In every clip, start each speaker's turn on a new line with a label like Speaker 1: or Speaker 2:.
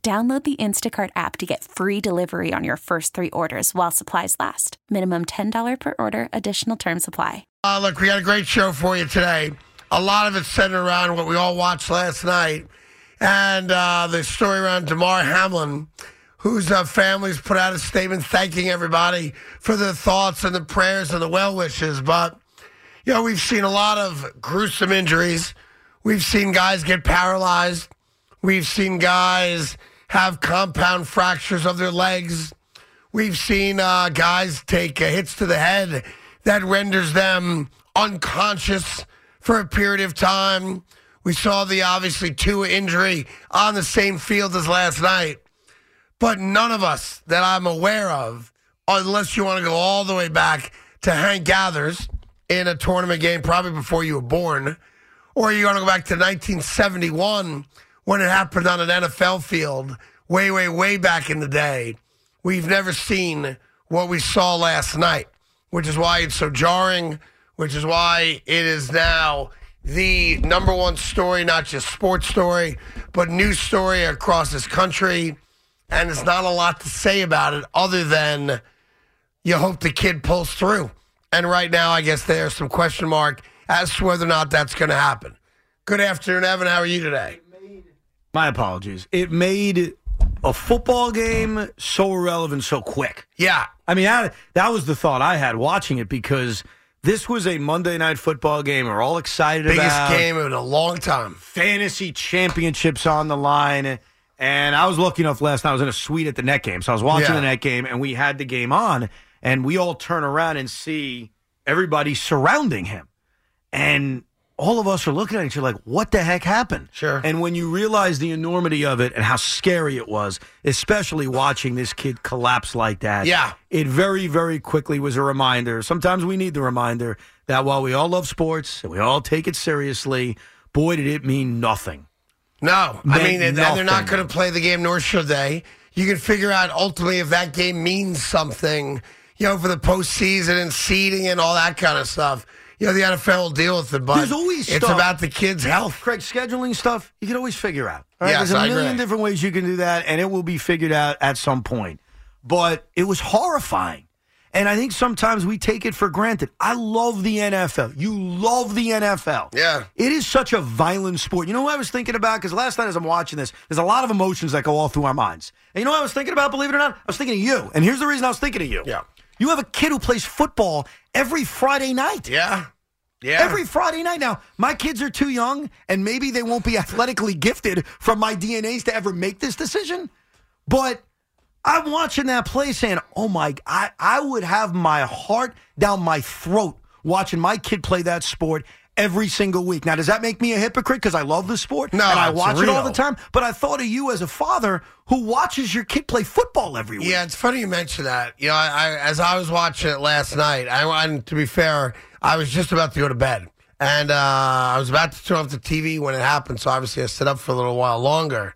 Speaker 1: Download the Instacart app to get free delivery on your first three orders while supplies last. Minimum $10 per order, additional term supply.
Speaker 2: Uh, look, we had a great show for you today. A lot of it centered around what we all watched last night and uh, the story around Damar Hamlin, whose uh, family's put out a statement thanking everybody for the thoughts and the prayers and the well wishes. But, you know, we've seen a lot of gruesome injuries. We've seen guys get paralyzed. We've seen guys have compound fractures of their legs. We've seen uh, guys take uh, hits to the head that renders them unconscious for a period of time. We saw the obviously two injury on the same field as last night, but none of us that I'm aware of, unless you want to go all the way back to Hank Gathers in a tournament game, probably before you were born, or you want to go back to 1971 when it happened on an NFL field way, way, way back in the day. We've never seen what we saw last night, which is why it's so jarring, which is why it is now the number one story, not just sports story, but news story across this country. And there's not a lot to say about it other than you hope the kid pulls through. And right now, I guess there's some question mark as to whether or not that's going to happen. Good afternoon, Evan. How are you today?
Speaker 3: My apologies. It made a football game so irrelevant so quick.
Speaker 2: Yeah.
Speaker 3: I mean, I, that was the thought I had watching it because this was a Monday night football game. We're all excited
Speaker 2: Biggest
Speaker 3: about
Speaker 2: game in a long time.
Speaker 3: fantasy championships on the line. And I was lucky enough last night. I was in a suite at the net game, so I was watching
Speaker 2: Yeah.
Speaker 3: the net game, and we had the game on, and we all turn around and see everybody surrounding him, and all of us are looking at each other like, "What the heck happened?"
Speaker 2: Sure.
Speaker 3: And when you realize the enormity of it and how scary it was, especially watching this kid collapse like that,
Speaker 2: Yeah.
Speaker 3: it very, very quickly was a reminder. Sometimes we need the reminder that while we all love sports and we all take it seriously, boy, did it mean nothing.
Speaker 2: No, I
Speaker 3: Meant
Speaker 2: mean, and they're not
Speaker 3: nothing.
Speaker 2: going to play the game, nor should they. You can figure out ultimately if that game means something, you know, for the postseason and seeding and all that kind of stuff. You know, the NFL will deal with it, but
Speaker 3: There's always
Speaker 2: it's
Speaker 3: stuff.
Speaker 2: about the kids' health.
Speaker 3: Craig, scheduling stuff, you can always figure out. all
Speaker 2: Yes,
Speaker 3: There's a
Speaker 2: I
Speaker 3: million
Speaker 2: agree.
Speaker 3: different ways you can do that, and it will be figured out at some point. But it was horrifying. And I think sometimes we take it for granted. I love the NFL. You love the NFL.
Speaker 2: Yeah.
Speaker 3: It is such a violent sport. You know what I was thinking about? Because last night as I'm watching this, there's a lot of emotions that go all through our minds. And you know what I was thinking about, believe it or not? I was thinking of you. And here's the reason I was thinking of you.
Speaker 2: Yeah.
Speaker 3: You have a kid who plays football every Friday night.
Speaker 2: Yeah. Yeah.
Speaker 3: Every Friday night now, my kids are too young, and maybe they won't be athletically gifted from my DNAs to ever make this decision. But I'm watching that play saying, oh my, I, I would have my heart down my throat watching my kid play that sport every single week. Now, does that make me a hypocrite because I love the sport
Speaker 2: No,
Speaker 3: and I
Speaker 2: it's
Speaker 3: watch it all
Speaker 2: real.
Speaker 3: the time? But I thought of you as a father who watches your kid play football every week.
Speaker 2: Yeah, it's funny you mention that. You know, I, I as I was watching it last night, I and to be fair, I was just about to go to bed, and uh, I was about to turn off the TV when it happened. So obviously, I stayed up for a little while longer.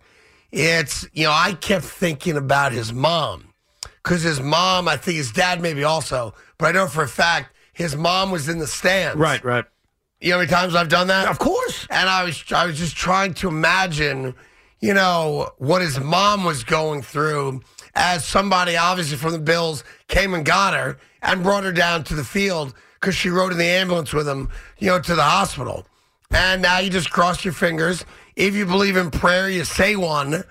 Speaker 2: It's, you know, I kept thinking about his mom because his mom, I think his dad maybe also, but I know for a fact his mom was in the stands.
Speaker 3: right.
Speaker 2: You know how many times I've done that?
Speaker 3: Of course.
Speaker 2: And I was I was just trying to imagine, you know, what his mom was going through as somebody obviously from the Bills came and got her and brought her down to the field because she rode in the ambulance with him, you know, to the hospital. And now you just cross your fingers. If you believe in prayer, you say one,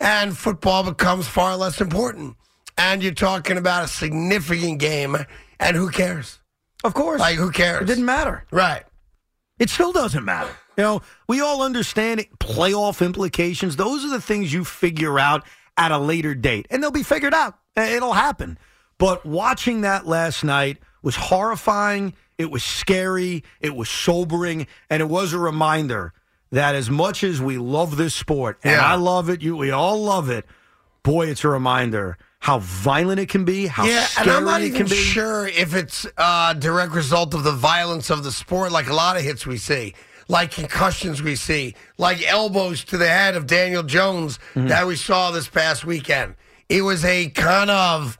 Speaker 2: and football becomes far less important. And you're talking about a significant game, and who cares?
Speaker 3: Of course.
Speaker 2: Like, who cares?
Speaker 3: It didn't matter.
Speaker 2: Right.
Speaker 3: It still doesn't matter. You know, we all understand it, playoff implications. Those are the things you figure out at a later date, and they'll be figured out. I- It'll happen. But watching that last night was horrifying. It was scary. It was sobering. And it was a reminder that as much as we love this sport, and
Speaker 2: Yeah.
Speaker 3: I love it, you, we all love it, boy, it's a reminder how violent it can be, how
Speaker 2: Yeah,
Speaker 3: scary
Speaker 2: and I'm not
Speaker 3: it
Speaker 2: even
Speaker 3: can be.
Speaker 2: sure if it's a direct result of the violence of the sport, like a lot of hits we see, like concussions we see, like elbows to the head of Daniel Jones
Speaker 3: Mm-hmm.
Speaker 2: that we saw this past weekend. It was a kind of,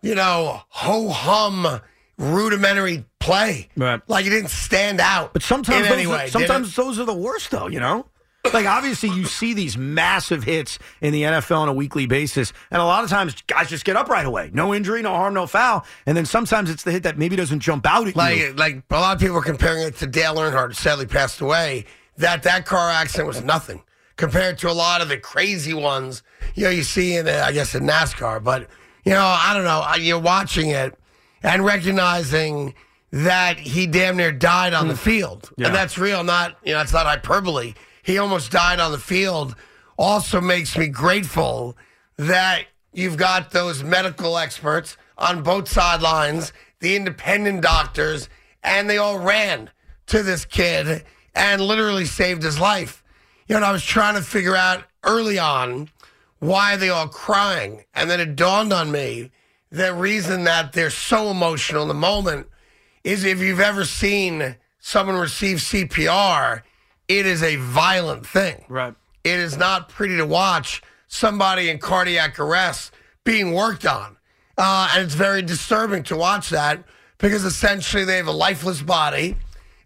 Speaker 2: you know, ho hum rudimentary play.
Speaker 3: Right.
Speaker 2: Like it didn't stand out.
Speaker 3: But sometimes,
Speaker 2: in
Speaker 3: those
Speaker 2: any
Speaker 3: are,
Speaker 2: way, did it?
Speaker 3: sometimes those are the worst, though. You know, like obviously you see these massive hits in the NFL on a weekly basis, and a lot of times guys just get up right away, no injury, no harm, no foul. And then sometimes it's the hit that maybe doesn't jump out at
Speaker 2: like
Speaker 3: you.
Speaker 2: like a lot of people are comparing it to Dale Earnhardt, who sadly passed away. That that car accident was nothing compared to a lot of the crazy ones you know you see in uh, I guess in NASCAR. But you know I don't know I- you're watching it and recognizing that he damn near died on the field,
Speaker 3: Yeah.
Speaker 2: and that's real. Not you know it's not hyperbole. He almost died on the field. Also makes me grateful that you've got those medical experts on both sidelines, the independent doctors, and they all ran to this kid and literally saved his life. You know, and I was trying to figure out early on why they all crying, and then it dawned on me the reason that they're so emotional in the moment is if you've ever seen someone receive CPR, it is a violent thing.
Speaker 3: Right.
Speaker 2: It is not pretty to watch somebody in cardiac arrest being worked on. Uh, and it's very disturbing to watch that because essentially they have a lifeless body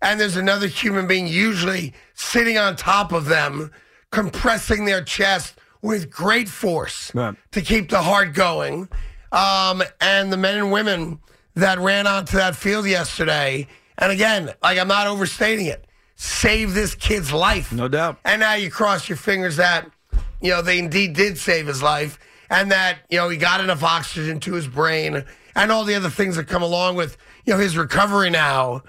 Speaker 2: and there's another human being usually sitting on top of them, compressing their chest with great force
Speaker 3: Right.
Speaker 2: to keep the heart going. Um, and the men and women that ran onto that field yesterday, and again, like I'm not overstating it, save this kid's life.
Speaker 3: No doubt.
Speaker 2: And now you cross your fingers that, you know, they indeed did save his life and that, you know, he got enough oxygen to his brain and all the other things that come along with, you know, his recovery now.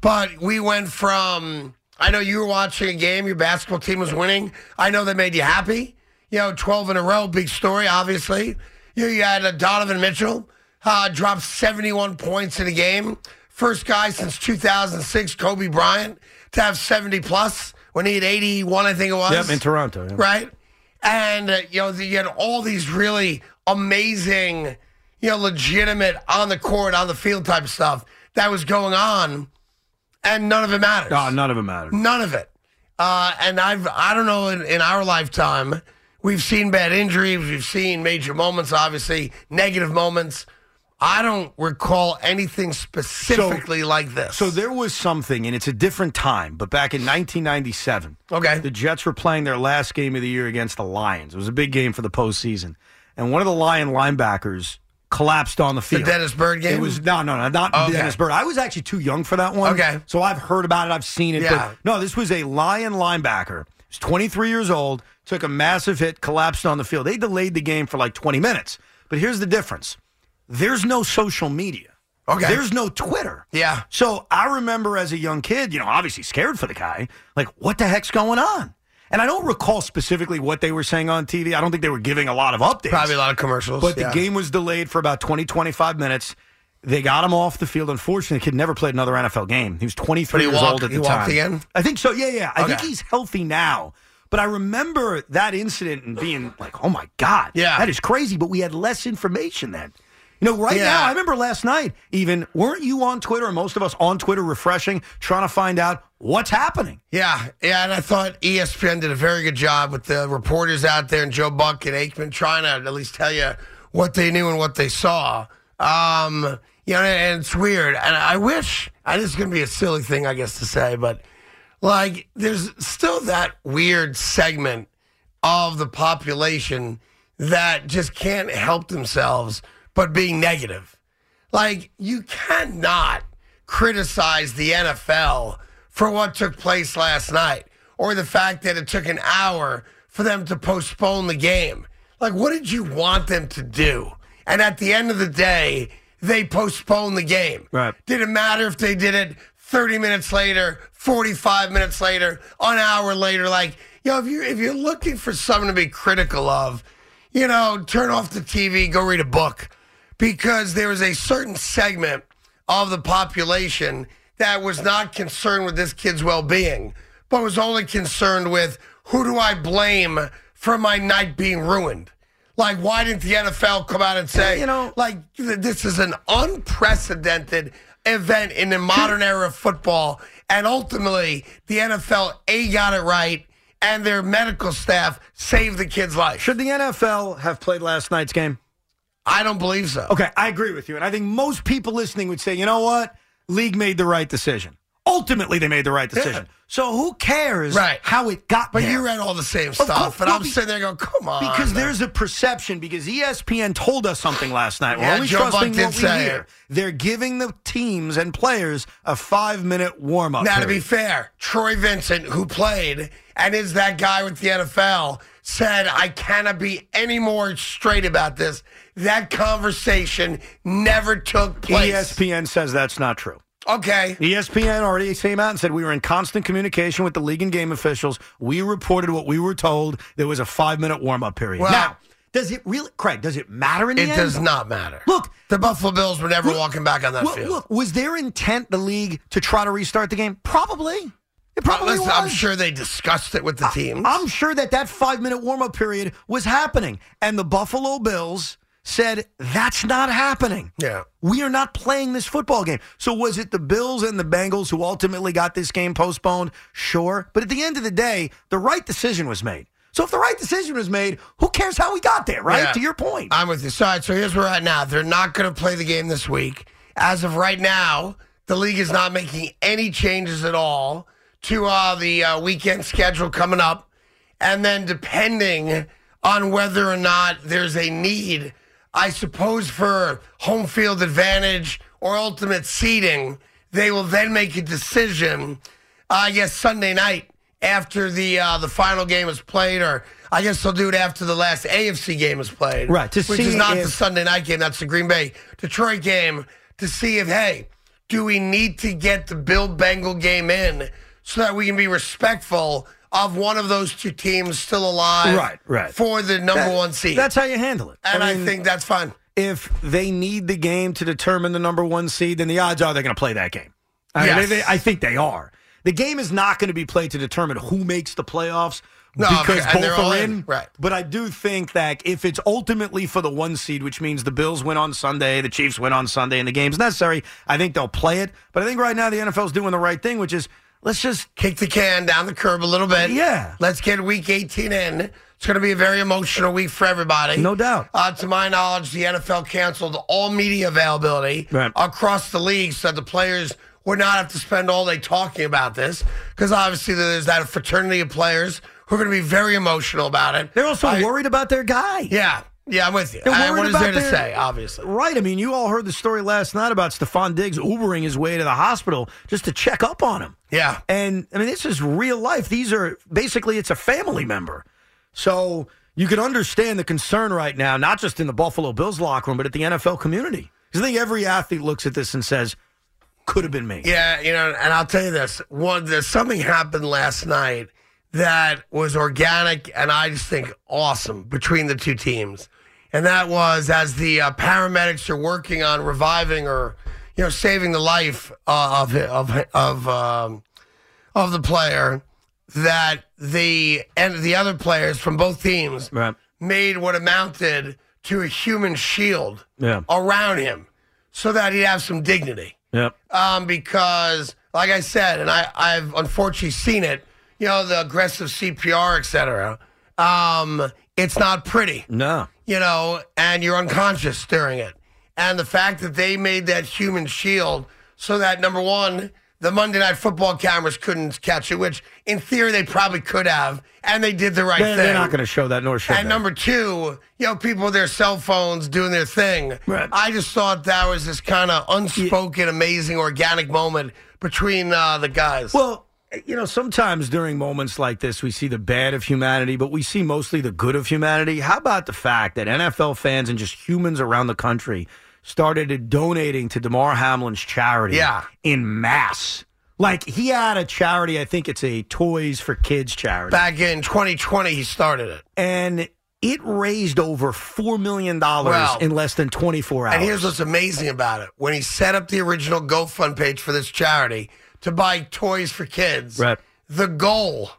Speaker 2: But we went from, I know you were watching a game, your basketball team was winning. I know that made you happy. You know, 12 in a row, big story, obviously. You, know, you had uh, Donovan Mitchell uh, drop 71 points in a game. First guy since 2006, Kobe Bryant, to have 70 plus when he had 81, I think it was.
Speaker 3: Yep, in Toronto. yeah.
Speaker 2: Right? And, uh, you know, the, you had all these really amazing, you know, legitimate on the court, on the field type stuff that was going on, and none of it matters.
Speaker 3: Oh, none of it mattered.
Speaker 2: None of it. Uh, and I've I don't know in, in our lifetime we've seen bad injuries, we've seen major moments, obviously negative moments. I don't recall anything specifically like this.
Speaker 3: So there was something, and it's a different time, but back in 1997,
Speaker 2: okay,
Speaker 3: the Jets were playing their last game of the year against the Lions. It was a big game for the postseason, and one of the Lion linebackers collapsed on the
Speaker 2: the
Speaker 3: field.
Speaker 2: Dennis Bird game
Speaker 3: It was no, no, no, not
Speaker 2: Okay.
Speaker 3: Dennis Bird. I was actually too young for that one.
Speaker 2: Okay.
Speaker 3: so I've heard about it. I've seen it.
Speaker 2: Yeah.
Speaker 3: But no, this was a Lion linebacker. He's 23 years old. Took a massive hit, collapsed on the field. They delayed the game for like 20 minutes. But here's the difference: there's no social media.
Speaker 2: Okay.
Speaker 3: There's no Twitter.
Speaker 2: Yeah.
Speaker 3: So I remember as a young kid, you know, obviously scared for the guy. Like, what the heck's going on? And I don't recall specifically what they were saying on TV. I don't think they were giving a lot of updates.
Speaker 2: probably a lot of commercials.
Speaker 3: But
Speaker 2: yeah.
Speaker 3: the game was delayed for about 20, 25 minutes. They got him off the field. Unfortunately, the kid never played another NFL game. He was 23
Speaker 2: But he
Speaker 3: years
Speaker 2: walked-
Speaker 3: old at the
Speaker 2: he
Speaker 3: time.
Speaker 2: walked again?
Speaker 3: I think so. Yeah, yeah. I think
Speaker 2: Okay.
Speaker 3: he's healthy now. But I remember that incident and being like, oh my God.
Speaker 2: Yeah.
Speaker 3: That is crazy. But we had less information then. You know, right
Speaker 2: Yeah.
Speaker 3: now, I remember last night even, weren't you on Twitter, and most of us on Twitter refreshing, trying to find out what's happening?
Speaker 2: Yeah, yeah, and I thought E ESPN did a very good job with the reporters out there and Joe Buck and Aikman trying to at least tell you what they knew and what they saw. Um, you know, and it's weird. And I wish, and this is going to be a silly thing, I guess, to say, but like, there's still that weird segment of the population that just can't help themselves but being negative. Like, you cannot criticize the NFL for what took place last night or the fact that it took an hour for them to postpone the game. Like, what did you want them to do? And at the end of the day, they postponed the game.
Speaker 3: Right.
Speaker 2: Did it matter if they did it 30 minutes later, 45 minutes later, an hour later? Like, you know, if you're, if you're looking for something to be critical of, you know, turn off the TV, go read a book because there was a certain segment of the population that was not concerned with this kid's well being, but was only concerned with who do I blame for my night being ruined? Like, why didn't the NFL come out and say,
Speaker 3: You know-
Speaker 2: like, th- this is an unprecedented event in the modern era of football. And ultimately, the NFL, A, got it right, and their medical staff saved the kid's life.
Speaker 3: Should the NFL have played last night's game?
Speaker 2: I don't believe so.
Speaker 3: Okay, I agree with you. And I think most people listening would say, you know what? League made the right decision. Ultimately, they made the right decision. So who cares
Speaker 2: Right.
Speaker 3: how it got
Speaker 2: But
Speaker 3: there?
Speaker 2: you read all the same stuff,
Speaker 3: course,
Speaker 2: and
Speaker 3: well,
Speaker 2: I'm
Speaker 3: be-
Speaker 2: sitting there going, "Come on!"
Speaker 3: Because
Speaker 2: man.
Speaker 3: there's a perception, because E ESPN told us something last night. We're
Speaker 2: Yeah,
Speaker 3: only
Speaker 2: Joe Buck
Speaker 3: trusting
Speaker 2: did
Speaker 3: what we
Speaker 2: say
Speaker 3: hear.
Speaker 2: it.
Speaker 3: They're giving the teams and players a five minute warm up.
Speaker 2: Now, to be fair, Troy Vincent, who played and is that guy with the NFL, said, I cannot be any more straight about this. That conversation never took
Speaker 3: E
Speaker 2: place.
Speaker 3: ESPN says that's not true.
Speaker 2: Okay.
Speaker 3: ESPN already came out and said we were in constant communication with the league and game officials. We reported what we were told. There was a five minute warm up period.
Speaker 2: Well-
Speaker 3: now, does it really, Craig? Does it matter in the
Speaker 2: It
Speaker 3: end?
Speaker 2: does not matter.
Speaker 3: Look-
Speaker 2: the Buffalo Bills were never walking back on that
Speaker 3: Well,
Speaker 2: field.
Speaker 3: Look, was their intent the league to try to restart the game? Probably. It
Speaker 2: Uh,
Speaker 3: probably
Speaker 2: listen,
Speaker 3: was.
Speaker 2: I'm sure they discussed it with the teams.
Speaker 3: I'm sure that that five minute warm up period was happening, and the Buffalo Bills said that's not happening.
Speaker 2: Yeah.
Speaker 3: we are not playing this football game. So was it the Bills and the Bengals who ultimately got this game postponed? Sure, but at the end of the day, the right decision was made. So if the right decision was made, who cares how we got there? Right
Speaker 2: Yeah.
Speaker 3: to your point.
Speaker 2: I'm with you. So, all right, so here's where we're at now. They're not going to play the game this week. As of right now, the league is not making any changes at all to uh, the uh, weekend schedule coming up. And then, depending on whether or not there's a need, I suppose, for home field advantage or ultimate seeding, they will then make a decision, uh, I guess, Sunday night after the uh, the final game is played, or I guess they'll do it after the last AFC game is played
Speaker 3: Right, to
Speaker 2: which is
Speaker 3: see
Speaker 2: not
Speaker 3: if-
Speaker 2: the Sunday night game. That's the Green Bay Detroit game to see if hey, do we need to get the Bill Bengal game in so that we can be respectful of one of those two teams still alive,
Speaker 3: Right, right.
Speaker 2: for the number
Speaker 3: That-
Speaker 2: one seed.
Speaker 3: That's how you handle it.
Speaker 2: and I,
Speaker 3: mean,
Speaker 2: think that's fine.
Speaker 3: if they need the game to determine the number one seed, then the odds are they're going to play that game. I, mean,
Speaker 2: Yes.
Speaker 3: they- they- I think they are. The game is not going to be played to determine who makes the playoffs
Speaker 2: No,
Speaker 3: because
Speaker 2: okay, and they're
Speaker 3: both
Speaker 2: all
Speaker 3: are
Speaker 2: in,
Speaker 3: in.
Speaker 2: right.
Speaker 3: But I do think that if it's ultimately for the one seed, which means the Bills win on Sunday, the Chiefs win on Sunday, and the game's necessary, I think they'll play it. But I think right now the NFL's doing the right thing, which is let's just
Speaker 2: Kick the can down the curb a little bit.
Speaker 3: Yeah.
Speaker 2: Let's get week 18 in. It's going to be a very emotional week for everybody.
Speaker 3: No doubt.
Speaker 2: Uh, to my knowledge, the NFL canceled all media availability
Speaker 3: Right.
Speaker 2: across the league so that the players would not have to spend all day talking about this because obviously there's that fraternity of players who are going to be very emotional about it.
Speaker 3: they're also
Speaker 2: I-
Speaker 3: worried about their guy.
Speaker 2: Yeah. Yeah, I'm with you.
Speaker 3: They're
Speaker 2: I-
Speaker 3: worried
Speaker 2: Uh, what is
Speaker 3: about
Speaker 2: there to
Speaker 3: their-
Speaker 2: say, obviously?
Speaker 3: Right. I mean, you all heard the story last night about Stephon Diggs Ubering his way to the hospital just to check up on him.
Speaker 2: Yeah.
Speaker 3: And I mean, this is real life. These are basically it's a family member. So you can understand the concern right now, not just in the Buffalo Bills locker room, but at the NFL community. 'Cause I think every athlete looks at this and says, could have been me.
Speaker 2: Yeah, you know, and I'll tell you this: one, there's something happened last night that was organic, and I just think awesome between the two teams. And that was as the uh, paramedics are working on reviving or, you know, saving the life uh, of of of um, of the player. That the and the other players from both teams
Speaker 3: Right.
Speaker 2: made what amounted to a human shield
Speaker 3: Yeah.
Speaker 2: around him, so that he'd have some dignity
Speaker 3: Yep.
Speaker 2: um, because like I said, and I, I've unfortunately seen it, you know, the aggressive CPR, et cetera, um, it's not pretty,
Speaker 3: No.
Speaker 2: you know, and you're unconscious during it. And the fact that they made that human shield so that, number one, the Monday Night Football cameras couldn't catch it, which in theory they probably could have, and they did the right
Speaker 3: They,
Speaker 2: thing.
Speaker 3: are not going to show that, nor should
Speaker 2: And number two, you know, people with their cell phones doing their thing.
Speaker 3: Right.
Speaker 2: I just thought that was this kind of unspoken, amazing, organic moment between uh, the guys.
Speaker 3: Well, you know, sometimes during moments like this, we see the bad of humanity, but we see mostly the good of humanity. How about the fact that NFL fans and just humans around the country started donating to DeMar Hamlin's charity
Speaker 2: Yeah.
Speaker 3: in mass? Like, he had a charity, I think it's a Toys for Kids charity.
Speaker 2: Back in 2020, he started it.
Speaker 3: and it raised over $4 million
Speaker 2: Wow.
Speaker 3: in less than 24 hours.
Speaker 2: And here's what's amazing about it. When he set up the original GoFund page for this charity to buy toys for kids,
Speaker 3: Right.
Speaker 2: the goal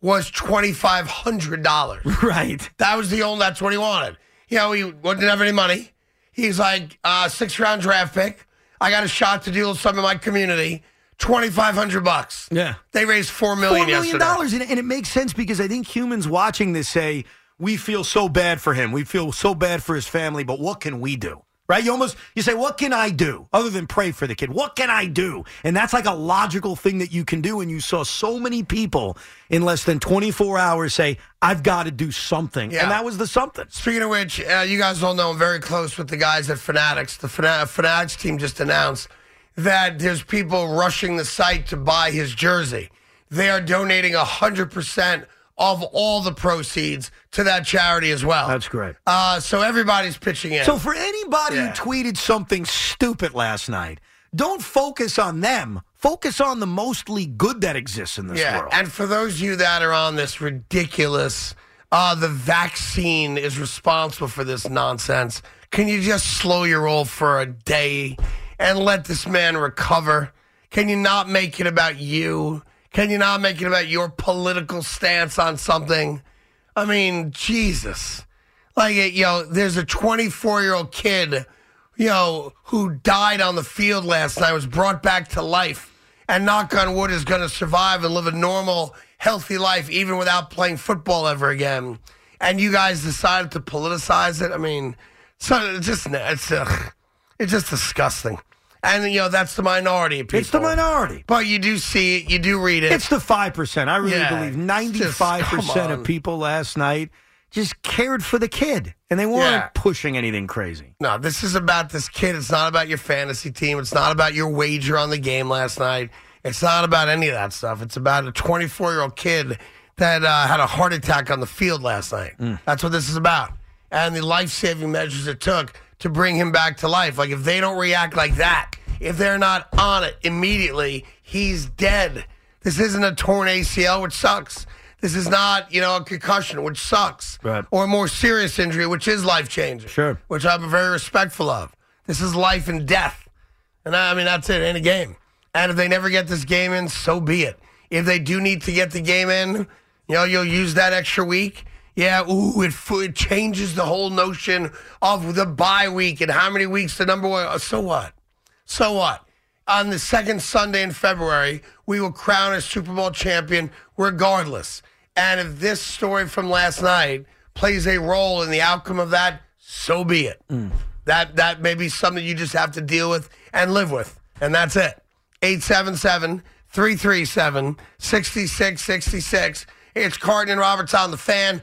Speaker 2: was $2,500.
Speaker 3: right.
Speaker 2: That was the only. That's what he wanted. You know, he didn't have any money. He's like uh, six round draft pick. I got a shot to deal with some in my community. Twenty five hundred bucks.
Speaker 3: Yeah.
Speaker 2: They raised four
Speaker 3: four
Speaker 2: million.
Speaker 3: million
Speaker 2: yesterday.
Speaker 3: dollars, and, and it makes sense because I think humans watching this say we feel so bad for him, we feel so bad for his family, but what can we do? Right? You almost you say, what can I do other than pray for the kid? What can I do? And that's like a logical thing that you can do. And you saw so many people in less than 24 hours say, I've got to do something,
Speaker 2: Yeah.
Speaker 3: and that was the something.
Speaker 2: Speaking of which, uh, you guys all know I'm very close with the guys at Fanatics. The Fana- Fanatics team just announced that there's people rushing the site to buy his jersey. They are donating 100% of all the proceeds to that charity as well.
Speaker 3: That's great.
Speaker 2: Uh, so everybody's pitching in.
Speaker 3: So for anybody
Speaker 2: Yeah.
Speaker 3: who tweeted something stupid last night, don't focus on them. Focus on the mostly good that exists in this
Speaker 2: Yeah,
Speaker 3: world.
Speaker 2: and for those of you that are on this ridiculous, uh, the vaccine is responsible for this nonsense. Can you just slow your roll for a day and let this man recover? Can you not make it about you? Can you not make it about your political stance on something? I mean, Jesus. Like, it, you know, there's a 24 year old kid, you know, who died on the field last night, was brought back to life, and knock on wood is going to survive and live a normal, healthy life, even without playing football ever again. And you guys decided to politicize it. I mean, so it's just, it's, ugh, it's just disgusting. And, you know, that's the minority of people.
Speaker 3: it's the minority.
Speaker 2: But you do see it, you do read it.
Speaker 3: It's the five percent. I really
Speaker 2: Yeah,
Speaker 3: believe
Speaker 2: it's just-
Speaker 3: ninety-five percent
Speaker 2: come on.
Speaker 3: of people last night just cared for the kid, and they weren't
Speaker 2: Yeah.
Speaker 3: pushing anything crazy.
Speaker 2: No, this is about this kid. It's not about your fantasy team. It's not about your wager on the game last night. It's not about any of that stuff. It's about a 24 year old kid that uh, had a heart attack on the field last night. That's what this is about. And the life saving measures it took to bring him back to life. Like, if they don't react like that, if they're not on it immediately, he's dead. This isn't a torn ACL, which sucks. This is not, you know, a concussion, which sucks.
Speaker 3: Right.
Speaker 2: Or a more serious injury, which is life changing
Speaker 3: Sure.
Speaker 2: which I'm very respectful of. This is life and death. And I, I mean, that's it, in a game. And if they never get this game in, so be it. If they do need to get the game in, you know, you'll use that extra week. Yeah, ooh, it, fu- it changes the whole notion of the bye week and how many weeks the number one. uh, So what? So what? On the second Sunday in February, we will crown a Super Bowl champion regardless. And if this story from last night plays a role in the outcome of that, so be it.
Speaker 3: Mm.
Speaker 2: That that may be something you just have to deal with and live with. And that's it. 877 337 6666. It's Cardin and Roberts on the fan.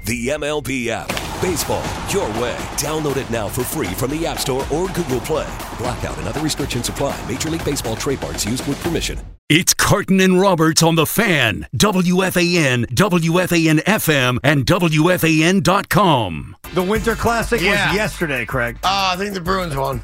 Speaker 4: The MLB app. Baseball, your way. Download it now for free from the App Store or Google Play. Blackout and other restrictions apply. Major League Baseball trademarks used with permission.
Speaker 5: It's Carton and Roberts on the fan, WFAN, WFAN FM, and WFAN.com.
Speaker 3: The Winter Classic
Speaker 2: Yeah.
Speaker 3: was yesterday, Craig. Ah,
Speaker 2: Uh, I think the Bruins won.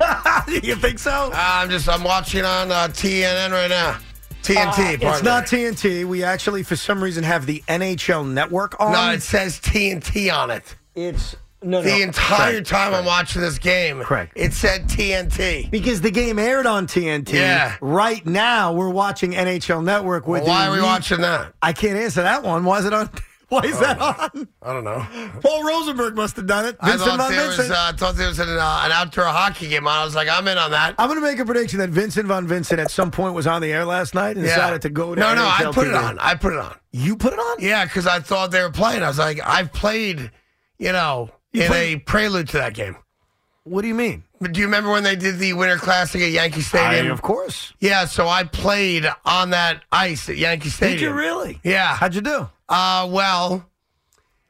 Speaker 2: Ah,
Speaker 3: you think so?
Speaker 2: I'm just I'm watching on uh, TNN right now. TNT.
Speaker 3: Uh, It's
Speaker 2: pardon
Speaker 3: not
Speaker 2: me.
Speaker 3: TNT. We actually, for some reason, have the NHL Network on.
Speaker 2: No, it says TNT on it.
Speaker 3: it's Um, no,
Speaker 2: The
Speaker 3: no.
Speaker 2: entire
Speaker 3: Correct,
Speaker 2: time I'm
Speaker 3: correct.
Speaker 2: watching this game,
Speaker 3: Correct.
Speaker 2: it said TNT.
Speaker 3: because the game aired on TNT.
Speaker 2: Yeah.
Speaker 3: Right now, we're watching NHL Network with.
Speaker 2: Well, why
Speaker 3: the
Speaker 2: are we
Speaker 3: elite-
Speaker 2: watching that? Oh
Speaker 3: I can't answer that one. Why is it on? Why is that on?
Speaker 2: I don't know.
Speaker 3: Paul Rosenberg must have done it.
Speaker 2: I
Speaker 3: Vincent
Speaker 2: thought
Speaker 3: Von
Speaker 2: there, was,
Speaker 3: Vincent.
Speaker 2: uh, I thought there was an, uh, an outdoor hockey game on. I was like, I'm in on that.
Speaker 3: I'm going to make a prediction that Vincent Von Vincent at some point was on the air last night and decided to go to.
Speaker 2: No, no, I
Speaker 3: NHL
Speaker 2: put it
Speaker 3: TV.
Speaker 2: on. I put it on.
Speaker 3: You put it on?
Speaker 2: Yeah, because I thought they were playing. I was like, I've played, you know,
Speaker 3: You
Speaker 2: in
Speaker 3: played-
Speaker 2: a prelude to that game.
Speaker 3: What do you mean?
Speaker 2: But do you remember when they did the Winter Classic at Yankee Stadium?
Speaker 3: I- of course.
Speaker 2: Yeah, so I played on that ice at Yankee Stadium.
Speaker 3: Did you really?
Speaker 2: Yeah.
Speaker 3: How'd you do?
Speaker 2: Uh, well,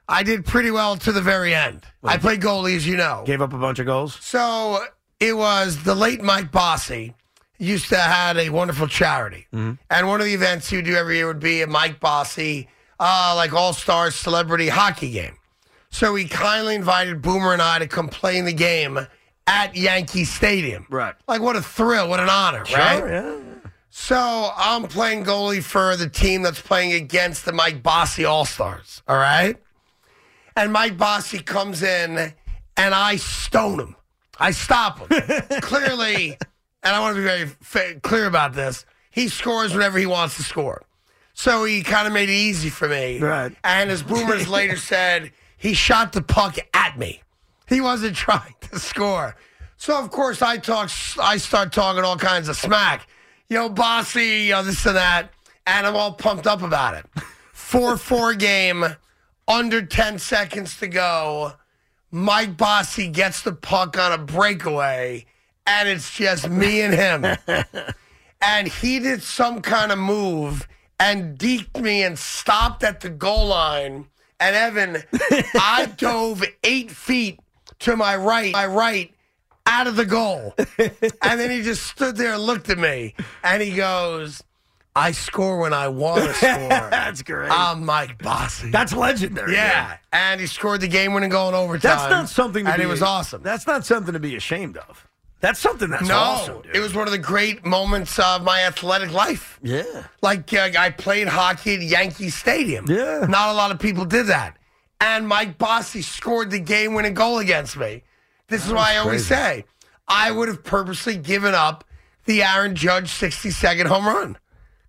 Speaker 2: I did pretty well to the very end. I played goalie, as you know.
Speaker 3: Gave up a bunch of goals.
Speaker 2: So it was the late Mike Bossy used to had a wonderful charity,
Speaker 3: Mm-hmm.
Speaker 2: and one of the events he would do every year would be a Mike Bossy uh, like All Stars celebrity hockey game. So he kindly invited Boomer and I to come play in the game at Yankee Stadium.
Speaker 3: Right.
Speaker 2: Like what a thrill! What an honor! right?
Speaker 3: Sure, yeah.
Speaker 2: So I'm playing goalie for the team that's playing against the Mike Bossy All Stars. All right. And Mike Bossy comes in and I stone him. I stop him. Clearly, and I want to be very fa- clear about this, he scores whenever he wants to score. So he kind of made it easy for me.
Speaker 3: Right.
Speaker 2: And as Boomers later said, he shot the puck at me. He wasn't trying to score. So of course I talk. I start talking all kinds of smack. Yo, bossy, yo, this and that, and I'm all pumped up about it. Four-four game, under ten seconds to go. Mike Bossy gets the puck on a breakaway, and it's just me and him. and he did some kind of move and deked me and stopped at the goal line. And Evan, I dove eight feet to my right, my right, out of the goal. And then he just stood there and looked at me, and he goes, "I score when I want to score."
Speaker 3: That's great.
Speaker 2: I'm Mike Bossy.
Speaker 3: That's legendary.
Speaker 2: Yeah, and he scored the game-winning goal in overtime.
Speaker 3: That's not something to
Speaker 2: and
Speaker 3: be
Speaker 2: it was awesome.
Speaker 3: That's not something to be ashamed of. That's something that's
Speaker 2: no,
Speaker 3: awesome, dude.
Speaker 2: it was one of the great moments of my athletic life.
Speaker 3: Yeah.
Speaker 2: Like uh, I played hockey at Yankee Stadium.
Speaker 3: Yeah.
Speaker 2: not a lot of people did that. And Mike Bossy scored the game-winning goal against me. This is why I always say I would have purposely given up the Aaron Judge sixty-second home run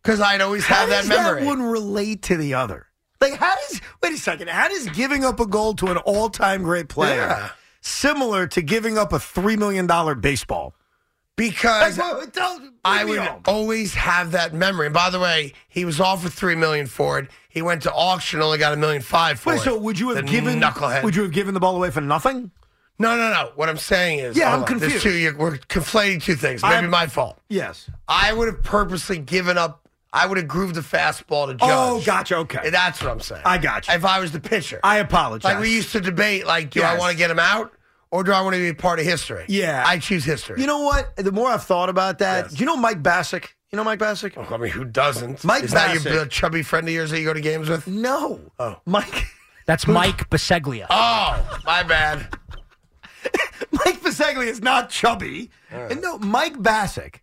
Speaker 2: because I'd always
Speaker 3: How
Speaker 2: have that
Speaker 3: does
Speaker 2: memory.
Speaker 3: that one relate to the other? Like how does wait a second, how does giving up a goal to an all time great player
Speaker 2: Yeah.
Speaker 3: similar to giving up a three million dollar baseball?
Speaker 2: because
Speaker 3: Like, wait, wait, don't-
Speaker 2: I
Speaker 3: leave me
Speaker 2: would
Speaker 3: home.
Speaker 2: always have that memory. And by the way, he was offered three million for it. He went to auction, only got a million five for
Speaker 3: Wait,
Speaker 2: it.
Speaker 3: so would you have
Speaker 2: The
Speaker 3: given
Speaker 2: knucklehead?
Speaker 3: would you have given the ball away for nothing?
Speaker 2: no, no, no. What I'm saying is,
Speaker 3: Yeah,
Speaker 2: hold
Speaker 3: I'm
Speaker 2: on. There's
Speaker 3: confused.
Speaker 2: Two, you're, we're conflating two things. Maybe
Speaker 3: I'm-
Speaker 2: my fault.
Speaker 3: Yes.
Speaker 2: I would have purposely given up. I would have grooved the fastball to Judge.
Speaker 3: Oh, gotcha, okay.
Speaker 2: And that's what I'm saying.
Speaker 3: I gotcha.
Speaker 2: If I was the pitcher,
Speaker 3: I apologize.
Speaker 2: like we used to debate, like, do I
Speaker 3: Yes.
Speaker 2: want to get him out or do I want to be a part of history?
Speaker 3: Yeah.
Speaker 2: I choose history.
Speaker 3: You know what? The more I've thought about that,
Speaker 2: Yes. Oh.
Speaker 3: you know Mike Bassick?
Speaker 6: You know Mike Bassick?
Speaker 2: I mean, who doesn't?
Speaker 3: Mike
Speaker 2: Is that
Speaker 3: Bassett.
Speaker 2: your chubby friend of yours that you go to games with?
Speaker 3: No.
Speaker 2: Oh.
Speaker 3: Mike
Speaker 7: That's Mike Baseglia.
Speaker 2: Oh, my bad.
Speaker 3: Mike Baseglia is not chubby.
Speaker 2: Uh.
Speaker 3: And no, Mike Bassick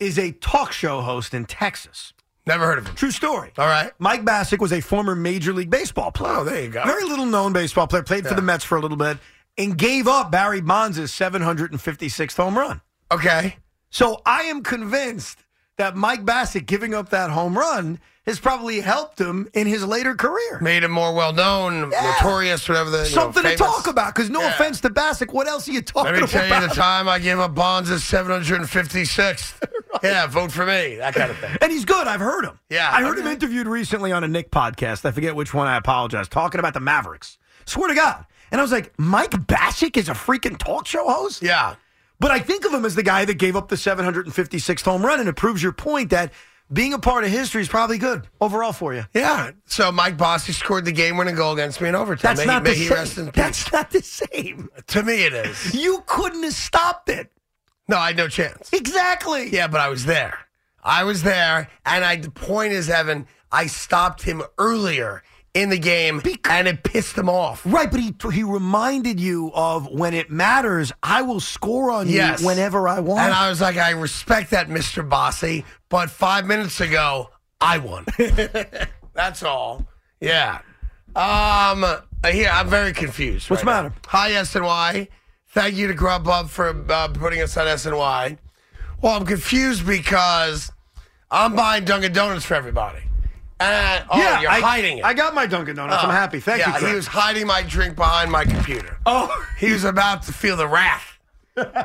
Speaker 3: is a talk show host in Texas.
Speaker 2: Never heard of him.
Speaker 3: True story.
Speaker 2: All right.
Speaker 3: Mike Bassick was a former Major League Baseball player.
Speaker 2: Oh, there you go.
Speaker 3: Very little known baseball player. Played for the Mets for a little bit and gave up Barry Bonds' 756th home run.
Speaker 2: Okay.
Speaker 3: So I am convinced that Mike Bassick giving up that home run has probably helped him in his later career.
Speaker 2: Made him more well known,
Speaker 3: Yeah.
Speaker 2: notorious, whatever the. you know,
Speaker 3: Something to
Speaker 2: famous-
Speaker 3: talk about, because no
Speaker 2: Yeah.
Speaker 3: offense to Bassick, what else are you
Speaker 2: Let
Speaker 3: talking
Speaker 2: me
Speaker 3: about?
Speaker 2: tell you the time I gave up Bonds is 756th. Yeah, vote for me. That kind of thing.
Speaker 3: And he's good. I've heard him.
Speaker 2: Yeah.
Speaker 3: I heard him interviewed recently on a Nick podcast. I forget which one. I apologize. Talking about the Mavericks. Swear to God. And I was like, Mike Bassick is a freaking talk show host?
Speaker 2: Yeah.
Speaker 3: But I think of him as the guy that gave up the 756th home run, and it proves your point that being a part of history is probably good overall for you.
Speaker 2: Yeah. So Mike Bossy scored the game winning goal against me in overtime.
Speaker 3: That's
Speaker 2: May-
Speaker 3: not
Speaker 2: may
Speaker 3: the
Speaker 2: he
Speaker 3: same.
Speaker 2: rest in peace.
Speaker 3: That's not the same.
Speaker 2: to me, it is.
Speaker 3: You couldn't have stopped it.
Speaker 2: No, I had no chance.
Speaker 3: Exactly.
Speaker 2: Yeah, but I was there. I was there, and I. The point is, Evan, I stopped him earlier in the game,
Speaker 3: Bec-
Speaker 2: and it pissed him off.
Speaker 3: Right, but he he reminded you of when it matters, I will score on
Speaker 2: Yes.
Speaker 3: you whenever I want.
Speaker 2: And I was like, I respect that, Mr. Bossy, but five minutes ago, I won. That's all. Yeah. Um. Here, I'm very confused.
Speaker 3: What's
Speaker 2: right now.
Speaker 3: the matter?
Speaker 2: Hi, S and Y. Thank you to Grubhub for uh, putting us on S and Y. Well, I'm confused because I'm buying Dunkin' Donuts for everybody. And oh, you're
Speaker 3: I,
Speaker 2: hiding it.
Speaker 3: I got my Dunkin' Donuts. I'm happy. Thank
Speaker 2: yeah,
Speaker 3: you. Chris.
Speaker 2: he was hiding my drink behind my computer.
Speaker 3: oh,
Speaker 2: He was about to feel the wrath.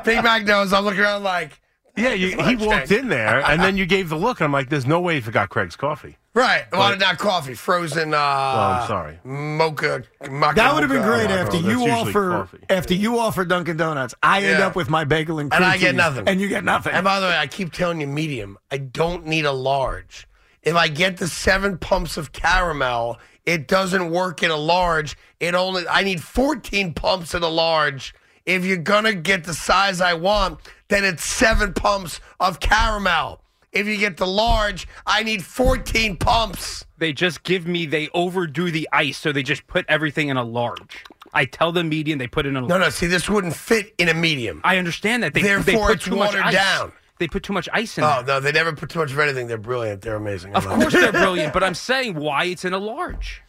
Speaker 2: Big Mac knows. I'm looking around like,
Speaker 6: Yeah, you, he walked in there, and then you gave the look. and I'm like, there's no way he forgot Craig's coffee.
Speaker 2: right? Well, not coffee, frozen. Uh,
Speaker 6: Oh, I'm sorry.
Speaker 2: Mocha. maca
Speaker 3: that would have been
Speaker 2: mocha.
Speaker 3: great
Speaker 6: my
Speaker 3: after
Speaker 6: Oh, God.
Speaker 3: you
Speaker 6: That's usually
Speaker 3: offer
Speaker 6: coffee.
Speaker 3: after you offer Dunkin' Donuts. I end
Speaker 2: Yeah.
Speaker 3: up with my bagel and cream
Speaker 2: And I get
Speaker 3: cheese,
Speaker 2: nothing.
Speaker 3: and you get nothing.
Speaker 2: And by the way, I keep telling you, medium. I don't need a large. If I get the seven pumps of caramel, it doesn't work in a large. It only I need fourteen pumps in a large. If you're gonna get the size I want, then it's seven pumps of caramel. If you get the large, I need fourteen pumps.
Speaker 8: They just give me, they overdo the ice, so they just put everything in a large. I tell the median, they put it in a
Speaker 2: No, no. See, this wouldn't fit in a medium.
Speaker 8: I understand that. They, they
Speaker 2: Therefore,
Speaker 8: put
Speaker 2: it's
Speaker 8: too much
Speaker 2: watered
Speaker 8: ice.
Speaker 2: down.
Speaker 8: They put too much ice in
Speaker 2: Oh
Speaker 8: there.
Speaker 2: no, they never put too much of anything. They're brilliant. They're amazing. I
Speaker 8: Of
Speaker 2: love them.
Speaker 8: course they're brilliant, but I'm saying why it's in a large.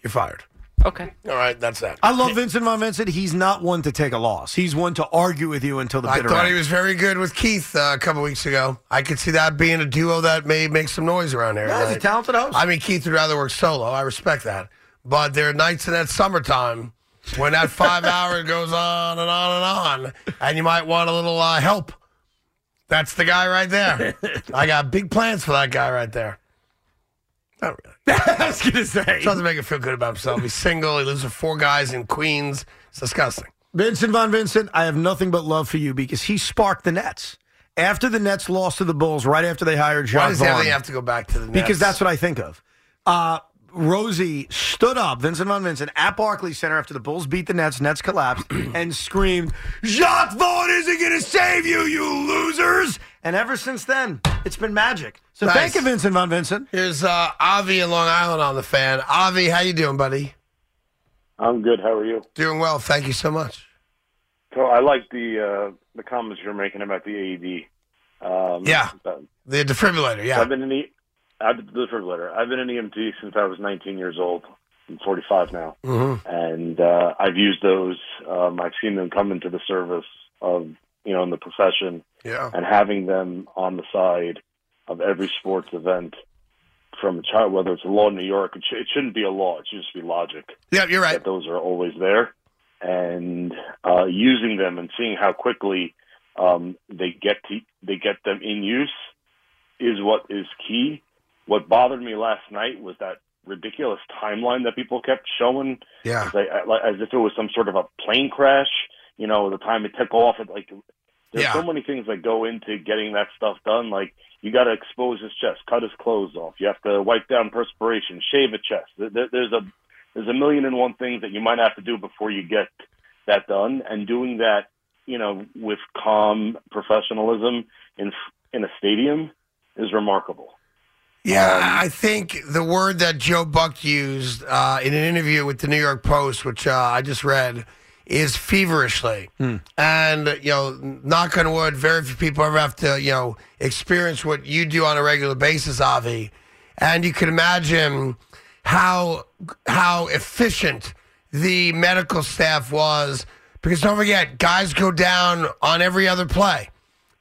Speaker 2: you're fired.
Speaker 8: Okay.
Speaker 2: All right, that's that.
Speaker 3: I love Vincent Von Vincent. He's not one to take a loss. He's one to argue with you until the
Speaker 2: I
Speaker 3: bitter
Speaker 2: thought
Speaker 3: end.
Speaker 2: he was very good with Keith uh, a couple weeks ago. I could see that being a duo that may make some noise around here.
Speaker 3: Yeah, he's a
Speaker 2: tonight.
Speaker 3: talented host.
Speaker 2: I mean, Keith would rather work solo. I respect that. But there are nights in that summertime when that five hour goes on and on and on, and you might want a little uh, help. That's the guy right there. I got big plans for that guy right there. Not really.
Speaker 3: I was gonna say
Speaker 2: Doesn't make him feel good about himself. He's single. He lives with four guys in Queens. It's disgusting.
Speaker 3: Vincent Von Vincent. I have nothing but love for you because he sparked the Nets after the Nets lost to the Bulls. Right after they hired John
Speaker 2: Why does everything have to go back to the Nets?
Speaker 3: because that's what I think of. Uh, Rosie stood up, Vincent Von Vincent, at Barclays Center after the Bulls beat the Nets, Nets collapsed, and screamed, Jacques Vaughn isn't going to save you, you losers! And ever since then, it's been magic. So
Speaker 2: Nice.
Speaker 3: thank you, Vincent Von Vincent.
Speaker 2: Here's uh, Avi in Long Island on the fan. Avi, how you doing, buddy?
Speaker 8: I'm good. How are you?
Speaker 2: Doing well. Thank you so much.
Speaker 8: So I like the uh, the comments you're making about the E AED. Um,
Speaker 2: Yeah.
Speaker 8: but
Speaker 2: The defibrillator, yeah.
Speaker 8: I've been in the I've been the defibrillator. I've been in EMT since I was 19 years old. I'm 45 now, and uh, I've used those. Um, I've seen them come into the service of you know in the profession,
Speaker 2: Yeah.
Speaker 8: and having them on the side of every sports event from a child, whether it's a law in New York, it, sh- it shouldn't be a law. It should just be logic
Speaker 2: Yeah, you're right.
Speaker 8: that those are always there and uh, using them and seeing how quickly um, they get to, they get them in use is what is key. What bothered me last night was that ridiculous timeline that people kept showing,
Speaker 2: Yeah.
Speaker 8: like, like, as if it was some sort of a plane crash. You know, the time it took off. It, like there's
Speaker 2: Yeah.
Speaker 8: so many things that go into getting that stuff done. Like you got to expose his chest, cut his clothes off. You have to wipe down perspiration, shave a chest. There- there- There's a there's a million and one things that you might have to do before you get that done, and doing that, you know, with calm professionalism in in a stadium is remarkable.
Speaker 2: Yeah, I think the word that Joe Buck used uh, in an interview with the New York Post, which uh, I just read, is feverishly. And you know, knock on wood, very few people ever have to you know experience what you do on a regular basis, Avi. And you can imagine how how efficient the medical staff was, because don't forget, guys go down on every other play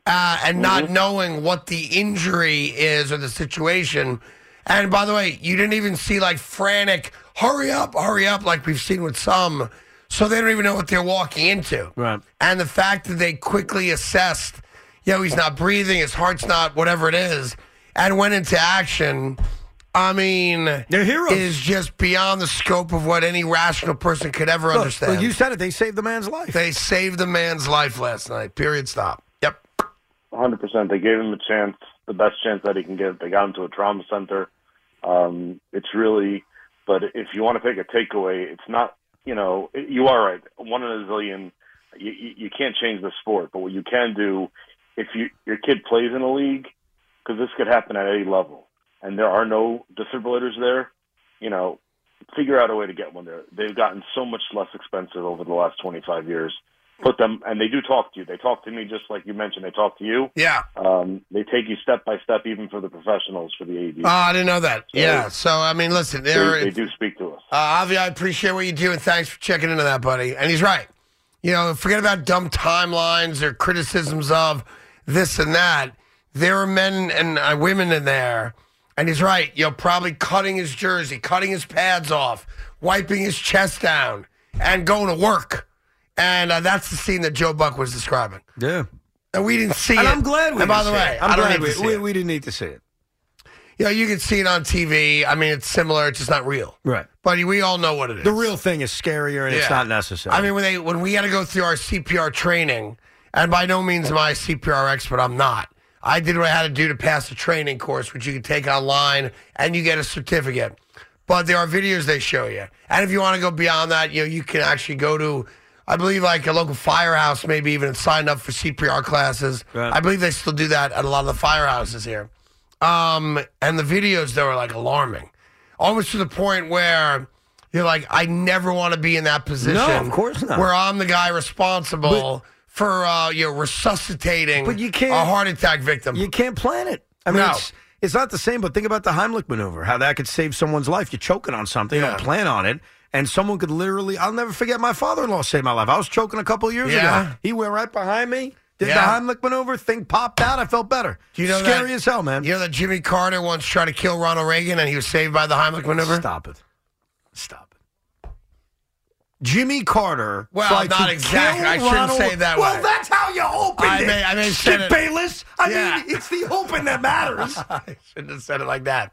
Speaker 2: uh, and not knowing what the injury is or the situation. And by the way, you didn't even see like frantic, hurry up, hurry up, like we've seen with some. So they don't even know what they're walking into. Right. And the fact that they quickly assessed, you know, he's not breathing, his heart's not, whatever it is, and went into action. I mean, they're heroes. Is just beyond the scope of what any rational person could ever
Speaker 3: Look,
Speaker 2: understand.
Speaker 3: look, you said it. They saved the man's life.
Speaker 2: They saved the man's life last night. Period. Stop. Yep.
Speaker 8: 100%. They gave him a chance, the best chance that he can get. They got him to a trauma center. Um, it's really, but if you want to take a takeaway, it's not, you know, you are right. One in a zillion, you, you you can't change the sport, but what you can do, if you your kid plays in a league, because this could happen at any level, and there are no defibrillators there, you know, figure out a way to get one there. They've gotten so much less expensive over the last 25 years. Put them, and they do talk to you. They talk to me just like you mentioned. They talk to you.
Speaker 2: Yeah.
Speaker 8: Um, they take you step by step, even for the professionals, for the AD.
Speaker 2: Oh, I didn't know that. Yeah. So I mean, listen, there.
Speaker 8: they, they do speak to us.
Speaker 2: Uh, Avi, I appreciate what you do, and thanks for checking into that, buddy. And he's right. You know, forget about dumb timelines or criticisms of this and that. There are men and uh, women in there, and he's right. You know, probably cutting his jersey, cutting his pads off, wiping his chest down, and going to work. And uh, that's the scene that Joe Buck was describing.
Speaker 3: Yeah.
Speaker 2: And we didn't see
Speaker 3: and
Speaker 2: it.
Speaker 3: I'm glad we.
Speaker 2: And by
Speaker 3: didn't
Speaker 2: the
Speaker 3: see
Speaker 2: way,
Speaker 3: it. I'm
Speaker 2: I do not
Speaker 3: glad
Speaker 2: need
Speaker 3: we,
Speaker 2: to see
Speaker 3: we,
Speaker 2: it.
Speaker 3: we didn't need to see it.
Speaker 2: You know, you can see it on TV. I mean, it's similar. It's just not real.
Speaker 3: Right.
Speaker 2: But we all know what it is.
Speaker 3: The real thing is scarier, and it's
Speaker 2: Yeah.
Speaker 3: not necessary.
Speaker 2: I mean, when they when we had to go through our CPR training, and by no means am I a CPR expert. I'm not. I did what I had to do to pass the training course, which you can take online, and you get a certificate. But there are videos they show you, and if you want to go beyond that, you know you can actually go to, I believe like a local firehouse, maybe even and sign up for CPR classes.
Speaker 3: Right.
Speaker 2: I believe they still do that at a lot of the firehouses here. Um, and the videos there were like alarming, almost to the point where you're like, I never want to be in that position.
Speaker 3: No, of course not.
Speaker 2: Where I'm the guy responsible for uh, you know, resuscitating
Speaker 3: But you can't-
Speaker 2: a heart attack victim.
Speaker 3: you can't plan it. I mean,
Speaker 2: No.
Speaker 3: it's, it's not the same. But think about the Heimlich maneuver, how that could save someone's life. You're choking on something, you don't
Speaker 2: Yeah.
Speaker 3: plan on it, and someone could literally. I'll never forget. My father-in-law saved my life. I was choking a couple of years
Speaker 2: Yeah.
Speaker 3: ago. He went right behind me. Did
Speaker 2: Yeah.
Speaker 3: the Heimlich maneuver? Thing popped out. I felt better.
Speaker 2: you know
Speaker 3: Scary
Speaker 2: that-
Speaker 3: as hell, man.
Speaker 2: You know that Jimmy Carter once tried to kill Ronald Reagan and he was saved by the Heimlich maneuver?
Speaker 3: Stop it. Stop it. Jimmy Carter.
Speaker 2: Well,
Speaker 3: tried
Speaker 2: not
Speaker 3: to
Speaker 2: exactly.
Speaker 3: kill
Speaker 2: I shouldn't
Speaker 3: Ronald-
Speaker 2: say it that
Speaker 3: Well,
Speaker 2: way.
Speaker 3: that's how you opened
Speaker 2: I
Speaker 3: it.
Speaker 2: may- I may have said
Speaker 3: Skip
Speaker 2: it.
Speaker 3: Bayless. I
Speaker 2: Yeah.
Speaker 3: mean, it's the open that matters.
Speaker 2: I shouldn't have said it like that.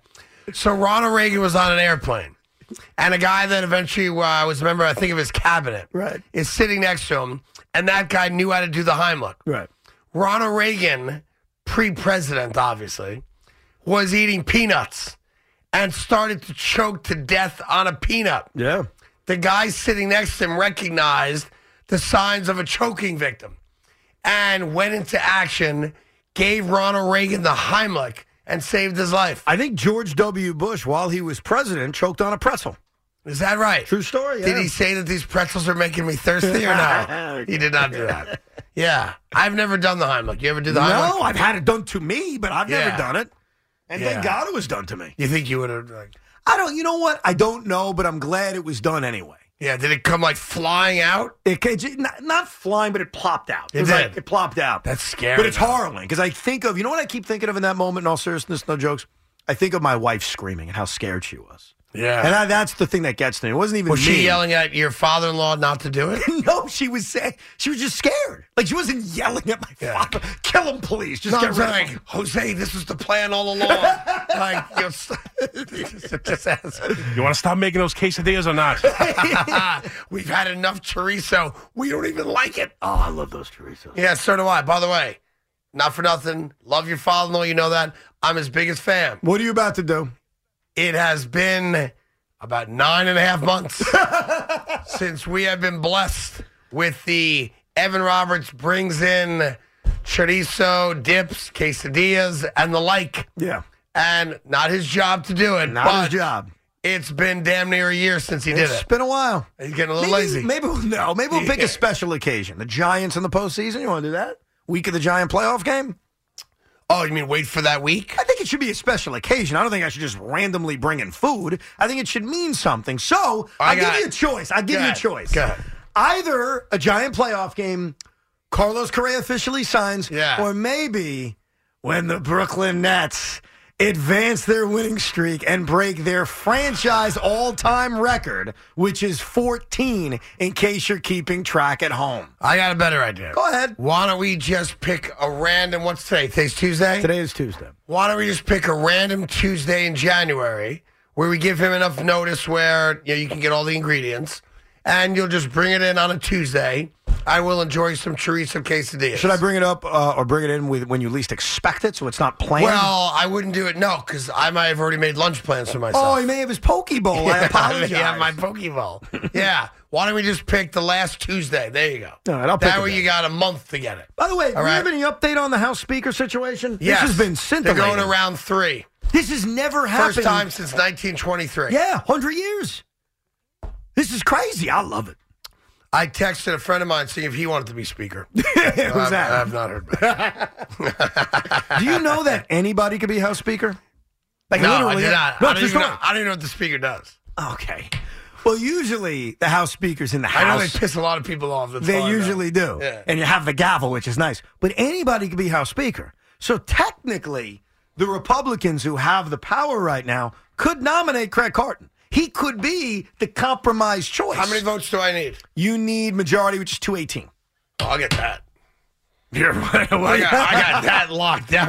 Speaker 2: So Ronald Reagan was on an airplane, and a guy that eventually uh, was a member, I think, of his cabinet,
Speaker 3: Right.
Speaker 2: is sitting next to him, and that guy knew how to do the Heimlich.
Speaker 3: right.
Speaker 2: Ronald Reagan, pre-president, obviously, was eating peanuts and started to choke to death on a peanut.
Speaker 3: Yeah.
Speaker 2: The guy sitting next to him recognized the signs of a choking victim and went into action, gave Ronald Reagan the Heimlich, and saved his life.
Speaker 3: I think George W. Bush, while he was president, choked on a pretzel.
Speaker 2: Is that right?
Speaker 3: True story.
Speaker 2: Did he say that these pretzels are making me thirsty or no? He did not do that. Yeah. I've never done the Heimlich. You ever do the Heimlich?
Speaker 3: No, I've had it done to me, but I've
Speaker 2: Yeah.
Speaker 3: never done it. And
Speaker 2: Yeah.
Speaker 3: thank God it was done to me.
Speaker 2: You think you would have, like,
Speaker 3: I don't. You know what? I don't know, but I'm glad it was done anyway.
Speaker 2: yeah, did it come like flying out?
Speaker 3: It, it not, not flying, but it plopped out.
Speaker 2: It
Speaker 3: was like-
Speaker 2: did.
Speaker 3: it plopped out.
Speaker 2: That's scary.
Speaker 3: But it's
Speaker 2: though.
Speaker 3: harrowing because I think of you know what I keep thinking of in that moment. In all seriousness, no jokes. I think of my wife screaming and how scared she was,
Speaker 2: Yeah.
Speaker 3: and I, that's the thing that gets to me. It wasn't even
Speaker 2: was
Speaker 3: me.
Speaker 2: she yelling at your father in law not to do it?
Speaker 3: No, she was saying she was just scared. Like she wasn't yelling at my
Speaker 2: Yeah.
Speaker 3: father. Kill him, please. Just
Speaker 2: No,
Speaker 3: get
Speaker 2: I'm
Speaker 3: rid
Speaker 2: saying,
Speaker 3: of him.
Speaker 2: Jose, this was the plan all along. like, you're s- just ask.
Speaker 6: You want to stop making those quesadillas or not?
Speaker 2: "Ah, We've had enough chorizo. We don't even like it.
Speaker 3: Oh, I love those chorizo.
Speaker 2: Yeah, so do I. By the way, not for nothing. Love your father in law. You know that. I'm his biggest fan.
Speaker 3: What are you about to do?
Speaker 2: It has been about nine and a half months since we have been blessed with the Evan Roberts brings in chorizo, dips, quesadillas, and the like.
Speaker 3: Yeah.
Speaker 2: And not his job to do it.
Speaker 3: Not
Speaker 2: but
Speaker 3: his job.
Speaker 2: It's been damn near a year since he did
Speaker 3: It's
Speaker 2: it.
Speaker 3: been a while.
Speaker 2: He's getting a little
Speaker 3: maybe,
Speaker 2: lazy.
Speaker 3: Maybe we'll, no. Maybe we'll pick
Speaker 2: Yeah.
Speaker 3: a special occasion. The Giants in the postseason. You want to do that? Week of the Giant playoff game.
Speaker 2: Oh, you mean wait for that week?
Speaker 3: I think it should be a special occasion. I don't think I should just randomly bring in food. I think it should mean something. So
Speaker 2: I
Speaker 3: I will give
Speaker 2: got
Speaker 3: you a
Speaker 2: it.
Speaker 3: choice. I will give
Speaker 2: Go
Speaker 3: you a
Speaker 2: ahead.
Speaker 3: choice.
Speaker 2: Go ahead.
Speaker 3: Either a Giant playoff game, Carlos Correa officially signs,
Speaker 2: Yeah.
Speaker 3: or maybe when the Brooklyn Nets advance their winning streak and break their franchise all-time record, which is 14. In case you're keeping track at home,
Speaker 2: I got a better idea.
Speaker 3: go ahead.
Speaker 2: Why don't we just pick a random? What's today? Today's Tuesday.
Speaker 3: Today is Tuesday.
Speaker 2: Why don't we just pick a random Tuesday in January where we give him enough notice where you, know, you can get all the ingredients, and you'll just bring it in on a Tuesday. I will enjoy some chorizo quesadillas.
Speaker 3: Should I bring it up uh, or bring it in with, when you least expect it, so it's not planned?
Speaker 2: Well, I wouldn't do it. No, because I might have already made lunch plans for myself.
Speaker 3: Oh, he may have his Pokeball. I apologize.
Speaker 2: yeah, my Pokeball. yeah. Why don't we just pick the last Tuesday? There you go.
Speaker 3: All right, I'll pick
Speaker 2: that
Speaker 3: it
Speaker 2: way
Speaker 3: then.
Speaker 2: you got a month to get it.
Speaker 3: By the way, do
Speaker 2: All
Speaker 3: you
Speaker 2: right.
Speaker 3: have any update on the House Speaker situation?
Speaker 2: Yes.
Speaker 3: This has been
Speaker 2: They're
Speaker 3: scintillating.
Speaker 2: going to round three.
Speaker 3: This has never happened.
Speaker 2: First time since 1923.
Speaker 3: Yeah, 100 years. This is crazy. I love it.
Speaker 2: I texted a friend of mine seeing if he wanted to be speaker.
Speaker 3: Who's
Speaker 2: I've,
Speaker 3: that?
Speaker 2: I've not heard back.
Speaker 3: Do you know that anybody could be House Speaker? Like
Speaker 2: no, I
Speaker 3: literally.
Speaker 2: did not.
Speaker 3: No,
Speaker 2: I, don't
Speaker 3: just
Speaker 2: even know,
Speaker 3: not.
Speaker 2: I don't even know what the speaker does.
Speaker 3: Okay. Well, usually the House Speaker's in the
Speaker 2: I know
Speaker 3: House.
Speaker 2: they piss a lot of people off. That's all
Speaker 3: They
Speaker 2: I know.
Speaker 3: usually do.
Speaker 2: Yeah.
Speaker 3: And you have the gavel, which is nice. But anybody could be House Speaker. So technically, the Republicans who have the power right now could nominate Craig Carton. He could be the compromise choice.
Speaker 2: How many votes do I need?
Speaker 3: You need majority, which is 218.
Speaker 2: Oh, I'll get that. I,
Speaker 3: Oh,
Speaker 2: got, I got that locked down.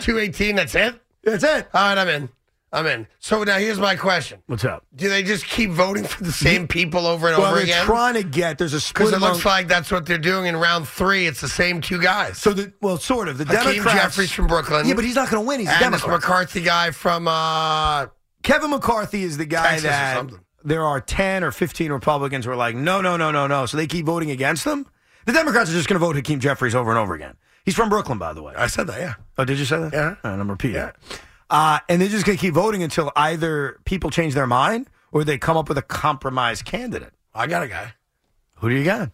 Speaker 2: 218, that's it?
Speaker 3: That's it.
Speaker 2: All right, I'm in. I'm in. So now here's my question.
Speaker 3: What's up?
Speaker 2: Do they just keep voting for the same people over and
Speaker 3: Well,
Speaker 2: over
Speaker 3: they're
Speaker 2: again?
Speaker 3: trying to get, there's a split.
Speaker 2: Because it
Speaker 3: among-
Speaker 2: looks like that's what they're doing in round three. It's the same two guys.
Speaker 3: so the, well, sort of. The
Speaker 2: Hakeem
Speaker 3: Democrats.
Speaker 2: Jeffries from Brooklyn.
Speaker 3: Yeah, but he's not going to win. He's a
Speaker 2: and this
Speaker 3: Democrat.
Speaker 2: McCarthy guy from uh,
Speaker 3: Kevin McCarthy is the guy
Speaker 2: Texas or
Speaker 3: that
Speaker 2: something.
Speaker 3: there are 10 or 15 Republicans who are like, no, no, no, no, no. So they keep voting against him. The Democrats are just going to vote Hakeem Jeffries over and over again. He's from Brooklyn, by the way.
Speaker 2: I said that, yeah.
Speaker 3: Oh, did you say that?
Speaker 2: Yeah.
Speaker 3: All right, I'm repeating it. Uh, and they're just going to keep voting until either people change their mind or they come up with a compromise candidate.
Speaker 2: I got a guy.
Speaker 3: Who do you got?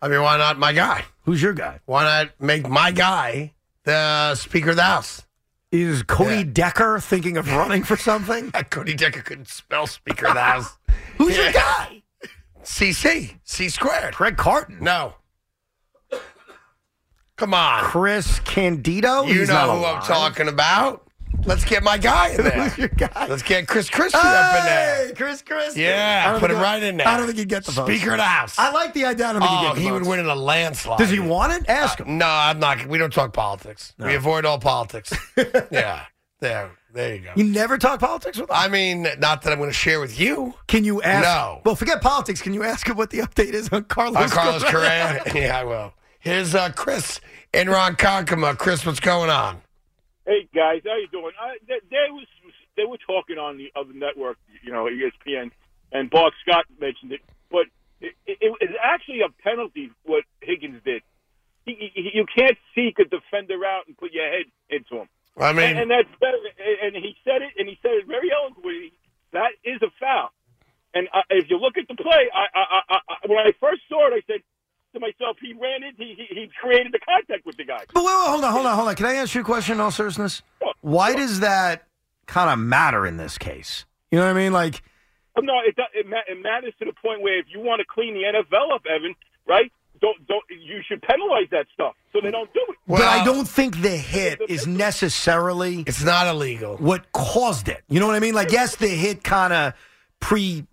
Speaker 2: I mean, why not my guy?
Speaker 3: Who's your guy?
Speaker 2: Why not make my guy the Speaker of the House?
Speaker 3: Is Cody
Speaker 2: Yeah.
Speaker 3: Decker thinking of running for something?
Speaker 2: Cody Decker couldn't spell Speaker of the House.
Speaker 3: Who's your
Speaker 2: Yeah.
Speaker 3: guy?
Speaker 2: CC, C squared.
Speaker 3: Craig Carton.
Speaker 2: No. Come on.
Speaker 3: Chris Candido.
Speaker 2: You
Speaker 3: He's
Speaker 2: know
Speaker 3: not
Speaker 2: who I'm
Speaker 3: alive.
Speaker 2: talking about. Let's get my guy in there.
Speaker 3: Who's your guy?
Speaker 2: Let's get Chris Christie up in there.
Speaker 3: Hey, Chris Christie. I
Speaker 2: Yeah,
Speaker 3: don't
Speaker 2: put him
Speaker 3: think I-
Speaker 2: right in there.
Speaker 3: I don't think he'd get the votes.
Speaker 2: Speaker of the House.
Speaker 3: I like the idea. I don't think he'd
Speaker 2: oh,
Speaker 3: get the
Speaker 2: he would
Speaker 3: votes.
Speaker 2: win Uh, in a landslide.
Speaker 3: Does he want it? Ask him.
Speaker 2: No, I'm not. We don't talk politics. We avoid all politics. yeah, there, there you go.
Speaker 3: You never talk politics with him.
Speaker 2: I mean, not that I'm going to share with you.
Speaker 3: Can you ask?
Speaker 2: No.
Speaker 3: Well, forget politics. Can you ask him what the update is on Carlos?
Speaker 2: Uh, Carlos Correa. yeah, I will. Here's uh, Chris in Ronkonkoma. Chris, what's going on?
Speaker 8: Hey guys, how you doing? I, they, they was they were talking on the other network, you know, E ESPN, and Bob Scott mentioned it, but it, it, it's actually a penalty what Higgins did. He, he, you can't seek a defender out and put your head into him,
Speaker 2: I mean,
Speaker 8: and, and that's better. And and he said it, and he said it very eloquently. That is a foul. And uh, if you look at the play, I, I, I, I, when I first saw it, I said to myself, "He ran it. He, he, he created the contact with the guy."
Speaker 3: But wait, wait, hold on, hold on, hold on. Can I ask you a question in all seriousness? Why does that kind of matter in this case? You know what I mean? Like,
Speaker 8: Um, No, it, do- it, ma- it matters to the point where if you want to clean the NFL up, Evan, right? Don't don't you should penalize that stuff so they don't do it.
Speaker 3: but I
Speaker 2: Well-
Speaker 3: don't think the hit is necessarily
Speaker 2: it's not illegal.
Speaker 3: what caused it. You know what I mean? Like, yes, the hit kind of pre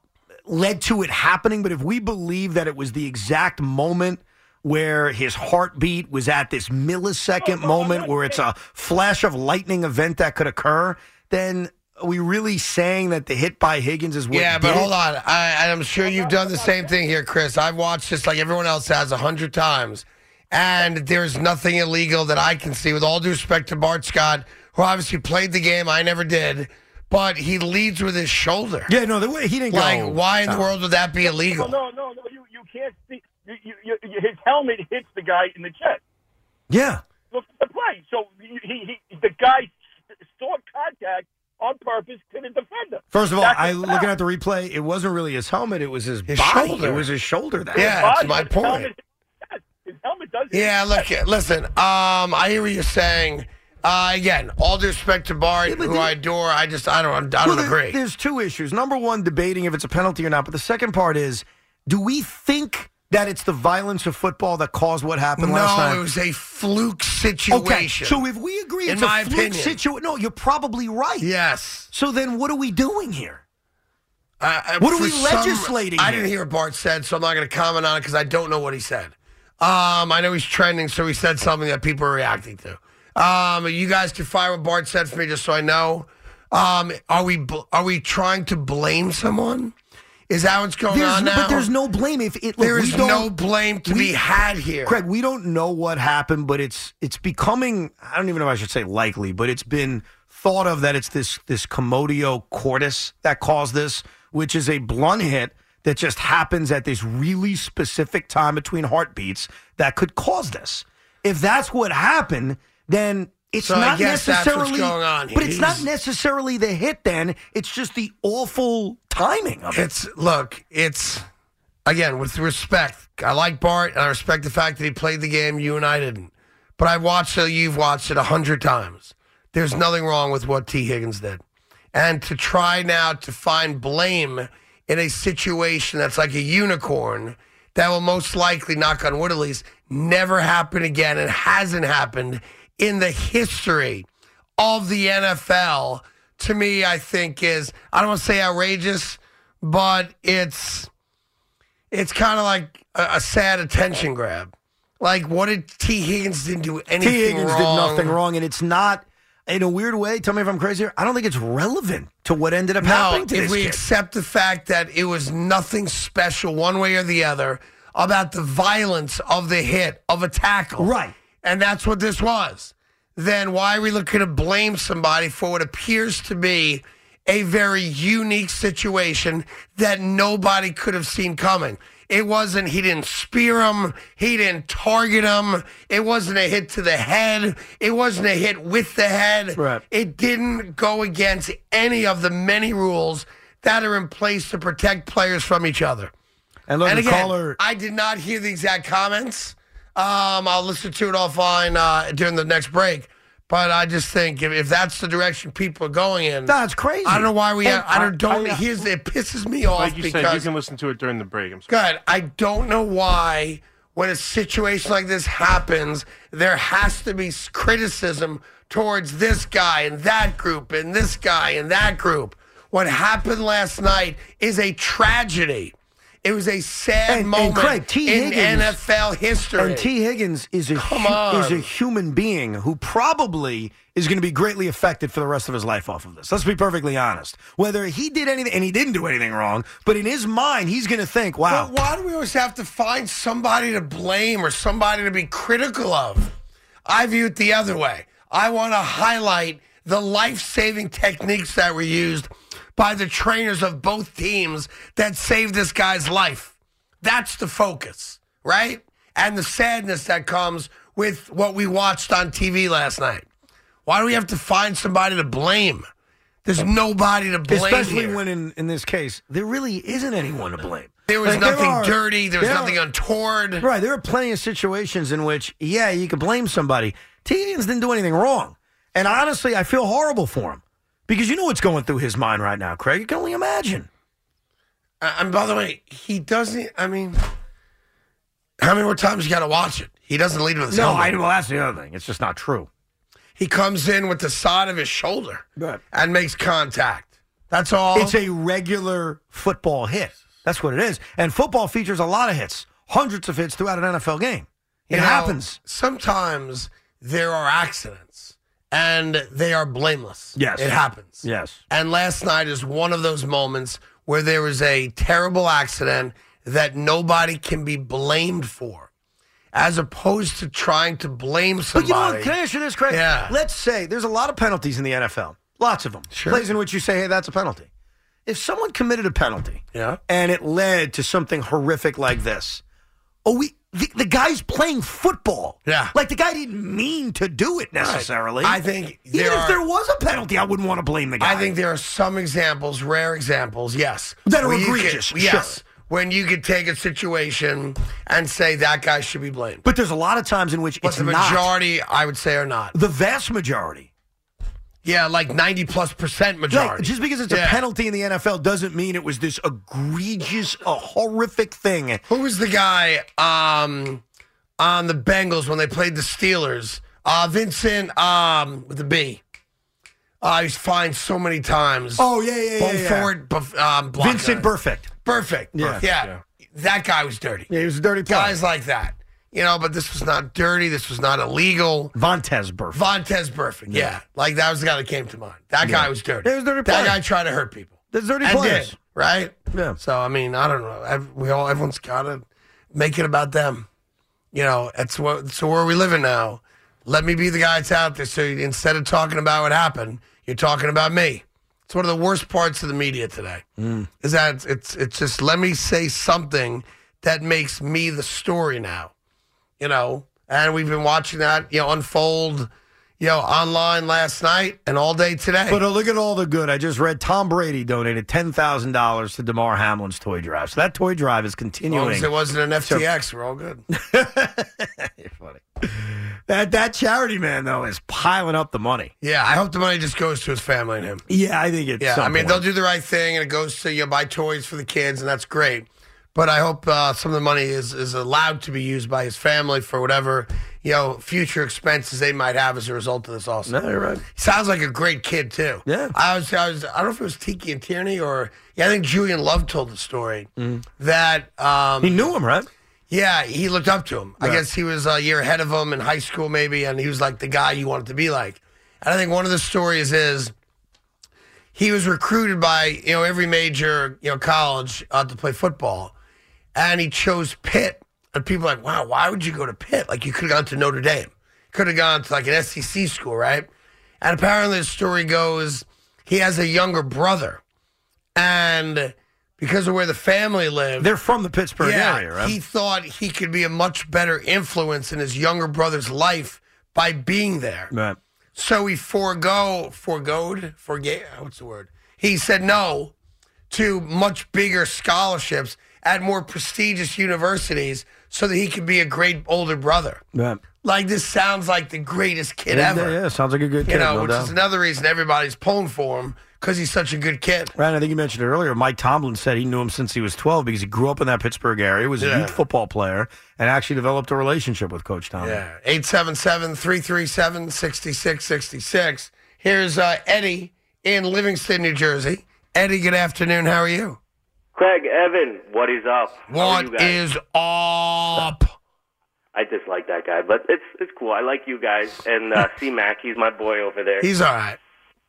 Speaker 3: led to it happening, but if we believe that it was the exact moment where his heartbeat was at this millisecond moment where it's a flash of lightning event that could occur, then are we really saying that the hit by Higgins is what
Speaker 2: Yeah, but
Speaker 3: did it?
Speaker 2: hold on. I, I'm sure you've done the same thing here, Chris. I've watched this like everyone else has a hundred times, and there's nothing illegal that I can see. With all due respect to Bart Scott, who obviously played the game, I never did, but he leads with his shoulder.
Speaker 3: Yeah, no, the way he didn't
Speaker 2: Like,
Speaker 3: go.
Speaker 2: why in the world would that be
Speaker 8: No,
Speaker 2: illegal?
Speaker 8: no, no, no. You you can't see. You, you, you, his helmet hits the guy in the chest.
Speaker 3: Yeah.
Speaker 9: look at the play. So he, he, he the guy sought contact on purpose to the defender.
Speaker 3: First of all,
Speaker 9: That's a
Speaker 3: I
Speaker 9: foul.
Speaker 3: looking at the replay, it wasn't really his helmet; it was his, body. It was his shoulder. That
Speaker 2: Yeah, that's my point.
Speaker 9: His helmet does.
Speaker 2: Yeah, look, listen. Um, I hear what you're saying. Uh, again, all due respect to Bart, who I adore. I just, I don't, I don't
Speaker 3: Well, there-
Speaker 2: agree.
Speaker 3: There's two issues. Number one, debating if it's a penalty or not. But the second part is, do we think that it's the violence of football that caused what happened
Speaker 2: No,
Speaker 3: last night?
Speaker 2: it was a fluke
Speaker 3: Okay,
Speaker 2: situation.
Speaker 3: so if we agree
Speaker 2: In
Speaker 3: it's
Speaker 2: my
Speaker 3: a fluke
Speaker 2: opinion.
Speaker 3: situation, no, you're probably right.
Speaker 2: Yes.
Speaker 3: So then, what are we doing here?
Speaker 2: I- I-
Speaker 3: What are
Speaker 2: for
Speaker 3: we
Speaker 2: some-
Speaker 3: legislating
Speaker 2: I
Speaker 3: here?
Speaker 2: didn't hear what Bart said, so I'm not going to comment on it because I don't know what he said. Um, I know he's trending, so he said something that people are reacting to. Um, you guys can fire what Bart said for me, just so I know. Um, are we bl- are we trying to blame someone? Is that what's going
Speaker 3: There's
Speaker 2: on
Speaker 3: no-
Speaker 2: now?
Speaker 3: But there's no blame if it. Look,
Speaker 2: There
Speaker 3: we
Speaker 2: is
Speaker 3: don't-
Speaker 2: no blame to
Speaker 3: we-
Speaker 2: be had here.
Speaker 3: Craig. We don't know what happened, but it's it's becoming. I don't even know if I should say likely, but it's been thought of that it's this this commodio cordis that caused this, which is a blunt hit that just happens at this really specific time between heartbeats that could cause this. If that's what happened, then. It's
Speaker 2: So I
Speaker 3: not
Speaker 2: guess that's what's
Speaker 3: necessarily,
Speaker 2: going on here.
Speaker 3: but it's not
Speaker 2: He's-
Speaker 3: necessarily the hit. Then it's just the awful timing of it.
Speaker 2: It's look, it's again with respect. I like Bart, and I respect the fact that he played the game. You and I didn't, but I watched it. You've watched it a hundred times. There's nothing wrong with what T. Higgins did, and to try now to find blame in a situation that's like a unicorn that will most likely, knock on wood at least, never happen again, and hasn't happened in the history of the NFL to me, I think is I don't want to say outrageous, but it's it's kind of like a, a sad attention grab. Like, what did T Higgins didn't do anything
Speaker 3: T. Higgins
Speaker 2: wrong?
Speaker 3: did nothing wrong, and it's not in a weird way. Tell me if I'm crazy. here, I don't think it's relevant to what ended up
Speaker 2: No,
Speaker 3: happening to
Speaker 2: if
Speaker 3: this
Speaker 2: we
Speaker 3: kid.
Speaker 2: accept the fact that it was nothing special, one way or the other, about the violence of the hit of a tackle, right? And that's what this was. Then why are we looking to blame somebody for what appears to be a very unique situation that nobody could have seen coming? It wasn't. He didn't spear him. He didn't target him. It wasn't a hit to the head. It wasn't a hit with the head. Right. It didn't go against any of the many rules that are in place to protect players from each other.
Speaker 3: And look, the
Speaker 2: again,
Speaker 3: caller-
Speaker 2: I did not hear the exact comments. Um, I'll listen to it offline uh, during the next break. But I just think if, if that's the direction people are going in,
Speaker 3: that's crazy.
Speaker 2: I don't know why we.
Speaker 10: And
Speaker 2: I don't.
Speaker 10: I- I-
Speaker 2: don't here's, it pisses me off
Speaker 10: Like you
Speaker 2: because
Speaker 10: said, you can listen to it during the break. I'm sorry.
Speaker 2: Good. I don't know why, when a situation like this happens, there has to be s- criticism towards this guy and that group and this guy and that group. What happened last night is a tragedy. It was a sad
Speaker 3: and
Speaker 2: moment
Speaker 3: Craig, T.
Speaker 2: in
Speaker 3: Higgins-
Speaker 2: NFL history.
Speaker 3: And T. Higgins is a
Speaker 2: Come
Speaker 3: hu-
Speaker 2: on.
Speaker 3: is a human being who probably is going to be greatly affected for the rest of his life off of this. Let's be perfectly honest. Whether he did anything and he didn't do anything wrong, but in his mind, he's going to think, "Wow,
Speaker 2: But why do we always have to find somebody to blame or somebody to be critical of? I view it the other way. I want to highlight the life saving techniques that were used by the trainers of both teams that saved this guy's life. That's the focus, right? And the sadness that comes with what we watched on TV last night. Why do we have to find somebody to blame? There's nobody to blame.
Speaker 3: Especially
Speaker 2: here.
Speaker 3: when, in, in this case, there really isn't anyone to blame.
Speaker 2: There was nothing
Speaker 3: are-
Speaker 2: dirty. There was
Speaker 3: there
Speaker 2: nothing
Speaker 3: are-
Speaker 2: untoward.
Speaker 3: Right. There are plenty of situations in which, yeah, you could blame somebody. T. Higgins didn't do anything wrong. And honestly, I feel horrible for him because you know what's going through his mind right now, Craig. You can only imagine.
Speaker 2: Uh, and by the way, he doesn't. I mean, how many more times you got to watch it? He doesn't lead with his
Speaker 3: No,
Speaker 2: helmet.
Speaker 3: I, well, that's the other thing. It's just not true.
Speaker 2: He comes in with the side of his shoulder
Speaker 3: Right.
Speaker 2: and makes contact. That's all.
Speaker 3: It's a regular football hit. That's what it is. And football features a lot of hits, hundreds of hits throughout an NFL game. It
Speaker 2: You know,
Speaker 3: happens.
Speaker 2: Sometimes there are accidents and they are blameless.
Speaker 3: Yes.
Speaker 2: It happens.
Speaker 3: Yes.
Speaker 2: And last night is one of those moments where there was a terrible accident that nobody can be blamed for, as opposed to trying to blame
Speaker 3: But
Speaker 2: somebody.
Speaker 3: you know what? Can I ask you this, Craig?
Speaker 2: Yeah.
Speaker 3: Let's say there's a lot of penalties in the NFL. Lots of them.
Speaker 2: Sure.
Speaker 3: Plays in which you say, hey, that's a penalty. If someone committed a penalty
Speaker 2: Yeah.
Speaker 3: and it led to something horrific like this, are we the, the guy's playing football.
Speaker 2: Yeah.
Speaker 3: Like the guy didn't mean to do it necessarily.
Speaker 2: I think
Speaker 3: even
Speaker 2: there
Speaker 3: if there
Speaker 2: are-
Speaker 3: was a penalty, I wouldn't want to blame the guy.
Speaker 2: I think there are some examples, rare examples, yes,
Speaker 3: That are
Speaker 2: where you could-
Speaker 3: egregious,
Speaker 2: yes,
Speaker 3: sure.
Speaker 2: when you could take a situation and say that guy should be blamed.
Speaker 3: but there's a lot of times in which
Speaker 2: But
Speaker 3: it's
Speaker 2: the
Speaker 3: not.
Speaker 2: majority, I would say, are not.
Speaker 3: the vast majority.
Speaker 2: Yeah, like ninety plus percent majority.
Speaker 3: Like, just because it's
Speaker 2: Yeah.
Speaker 3: a penalty in the NFL doesn't mean it was this egregious, a horrific thing.
Speaker 2: Who was the guy um, on the Bengals when they played the Steelers? Uh, Vincent um, with the B. Uh, he's fined so many times.
Speaker 3: Oh, yeah, yeah, yeah,
Speaker 2: Both
Speaker 3: yeah.
Speaker 2: forward, bef- um, blocker.
Speaker 3: Vincent Perfect.
Speaker 2: Perfect.
Speaker 3: Yeah.
Speaker 2: yeah. That guy was dirty.
Speaker 3: Yeah, he was a dirty player.
Speaker 2: Guys like that. You know, but this was not dirty. This was not illegal.
Speaker 3: Vontez Burfict.
Speaker 2: Vontez Perfect. Yeah. Like that was the guy that came to mind. That guy was dirty.
Speaker 3: He was a dirty
Speaker 2: That
Speaker 3: player.
Speaker 2: guy tried to hurt people.
Speaker 3: There's dirty
Speaker 2: And
Speaker 3: players.
Speaker 2: did, right?
Speaker 3: Yeah.
Speaker 2: So I mean, I don't know. Ev- We all everyone's got to make it about them. You know, that's what. So where are we living now? Let me be the guy that's out there. So you- instead of talking about what happened, you're talking about me. It's one of the worst parts of the media today.
Speaker 3: Mm.
Speaker 2: Is that it's- it's it's just let me say something that makes me the story now. You know, and we've been watching that you know unfold. You know, online last night and all day today.
Speaker 3: But uh, look at all the good. I just read Tom Brady donated ten thousand dollars to Demar Hamlin's toy drive. So that toy drive is
Speaker 2: as
Speaker 3: continuing.
Speaker 2: long as it wasn't an FTX, we're all good.
Speaker 3: that that charity man though is piling up the money.
Speaker 2: Yeah, I hope the money just goes to his family and him.
Speaker 3: Yeah, I think it's.
Speaker 2: Yeah, I
Speaker 3: some
Speaker 2: mean
Speaker 3: point.
Speaker 2: they'll do the right thing, and it goes to you know, buy toys for the kids, and that's great. But I hope uh, some of the money is is allowed to be used by his family for whatever you know future expenses they might have as a result of this. Also,
Speaker 3: No, you're right.
Speaker 2: sounds like a great kid too.
Speaker 3: Yeah.
Speaker 2: I was, I was, I don't know if it was Tiki and Tierney or yeah, I think Julian Love told the story that um,
Speaker 3: Mm. He knew him, right?
Speaker 2: yeah, he looked up to him. I guess he was a year ahead of him in high school, maybe, and he was like the guy you wanted to be like. And I think one of the stories is he was recruited by you know every major you know college uh, to play football, and he chose Pitt. And people are like, wow, why would you go to Pitt? Like you could have gone to Notre Dame, could have gone to like an SEC school, right? And apparently, the story goes he has a younger brother, and because of where the family lived,
Speaker 3: They're from the Pittsburgh
Speaker 2: yeah,
Speaker 3: area, right?
Speaker 2: He thought he could be a much better influence in his younger brother's life by being there.
Speaker 3: right.
Speaker 2: So he forego, foregoed, forgave, what's the word? He said no to much bigger scholarships at more prestigious universities so that he could be a great older brother.
Speaker 3: Right.
Speaker 2: Like, this sounds like the greatest kid
Speaker 3: Yeah,
Speaker 2: ever.
Speaker 3: yeah, sounds like a good kid.
Speaker 2: You know,
Speaker 3: no
Speaker 2: which
Speaker 3: doubt.
Speaker 2: is another reason everybody's pulling for him because he's such a good kid.
Speaker 3: Ryan, I think you mentioned it earlier. Mike Tomlin said he knew him since he was 12 because he grew up in that Pittsburgh area, was
Speaker 2: Yeah.
Speaker 3: a youth football player, and actually developed a relationship with Coach Tomlin.
Speaker 2: Yeah, 877-337-6666. Here's uh, Eddie in Livingston, New Jersey. Eddie, good afternoon. How are you?
Speaker 11: Craig, Evan, what is up? How are you
Speaker 2: What
Speaker 11: guys?
Speaker 2: is up?
Speaker 11: I dislike that guy, but it's it's cool. I like you guys and uh, C Mac. He's my boy over there.
Speaker 2: He's all right.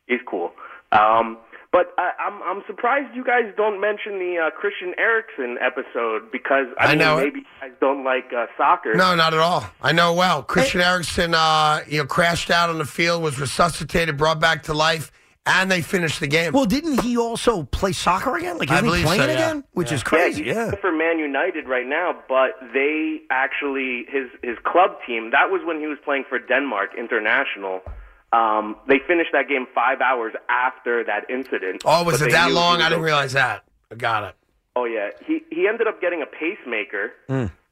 Speaker 11: He's cool. Um, but I, I'm I'm surprised you guys don't mention the uh, Christian Erickson episode because I,
Speaker 2: I
Speaker 11: mean,
Speaker 2: know it.
Speaker 11: maybe you guys don't like uh, soccer.
Speaker 2: No, not at all. I know well. Christian Erickson, uh, you know, crashed out on the field, was resuscitated, brought back to life, and they finished the game.
Speaker 3: Well, didn't he also play soccer again? Like,
Speaker 2: I
Speaker 3: isn't he
Speaker 2: believe so,
Speaker 3: playing
Speaker 2: yeah.
Speaker 3: again? Which is crazy, yeah.
Speaker 11: for Man United right now, but they actually his his club team. That was when he was playing for Denmark International. Um, they finished that game five hours after that incident.
Speaker 2: oh, was
Speaker 11: but
Speaker 2: it
Speaker 11: they
Speaker 2: that
Speaker 11: knew
Speaker 2: long?
Speaker 11: he
Speaker 2: I
Speaker 11: was
Speaker 2: didn't
Speaker 11: okay.
Speaker 2: realize that. I got it.
Speaker 11: Oh yeah, he he ended up getting a pacemaker,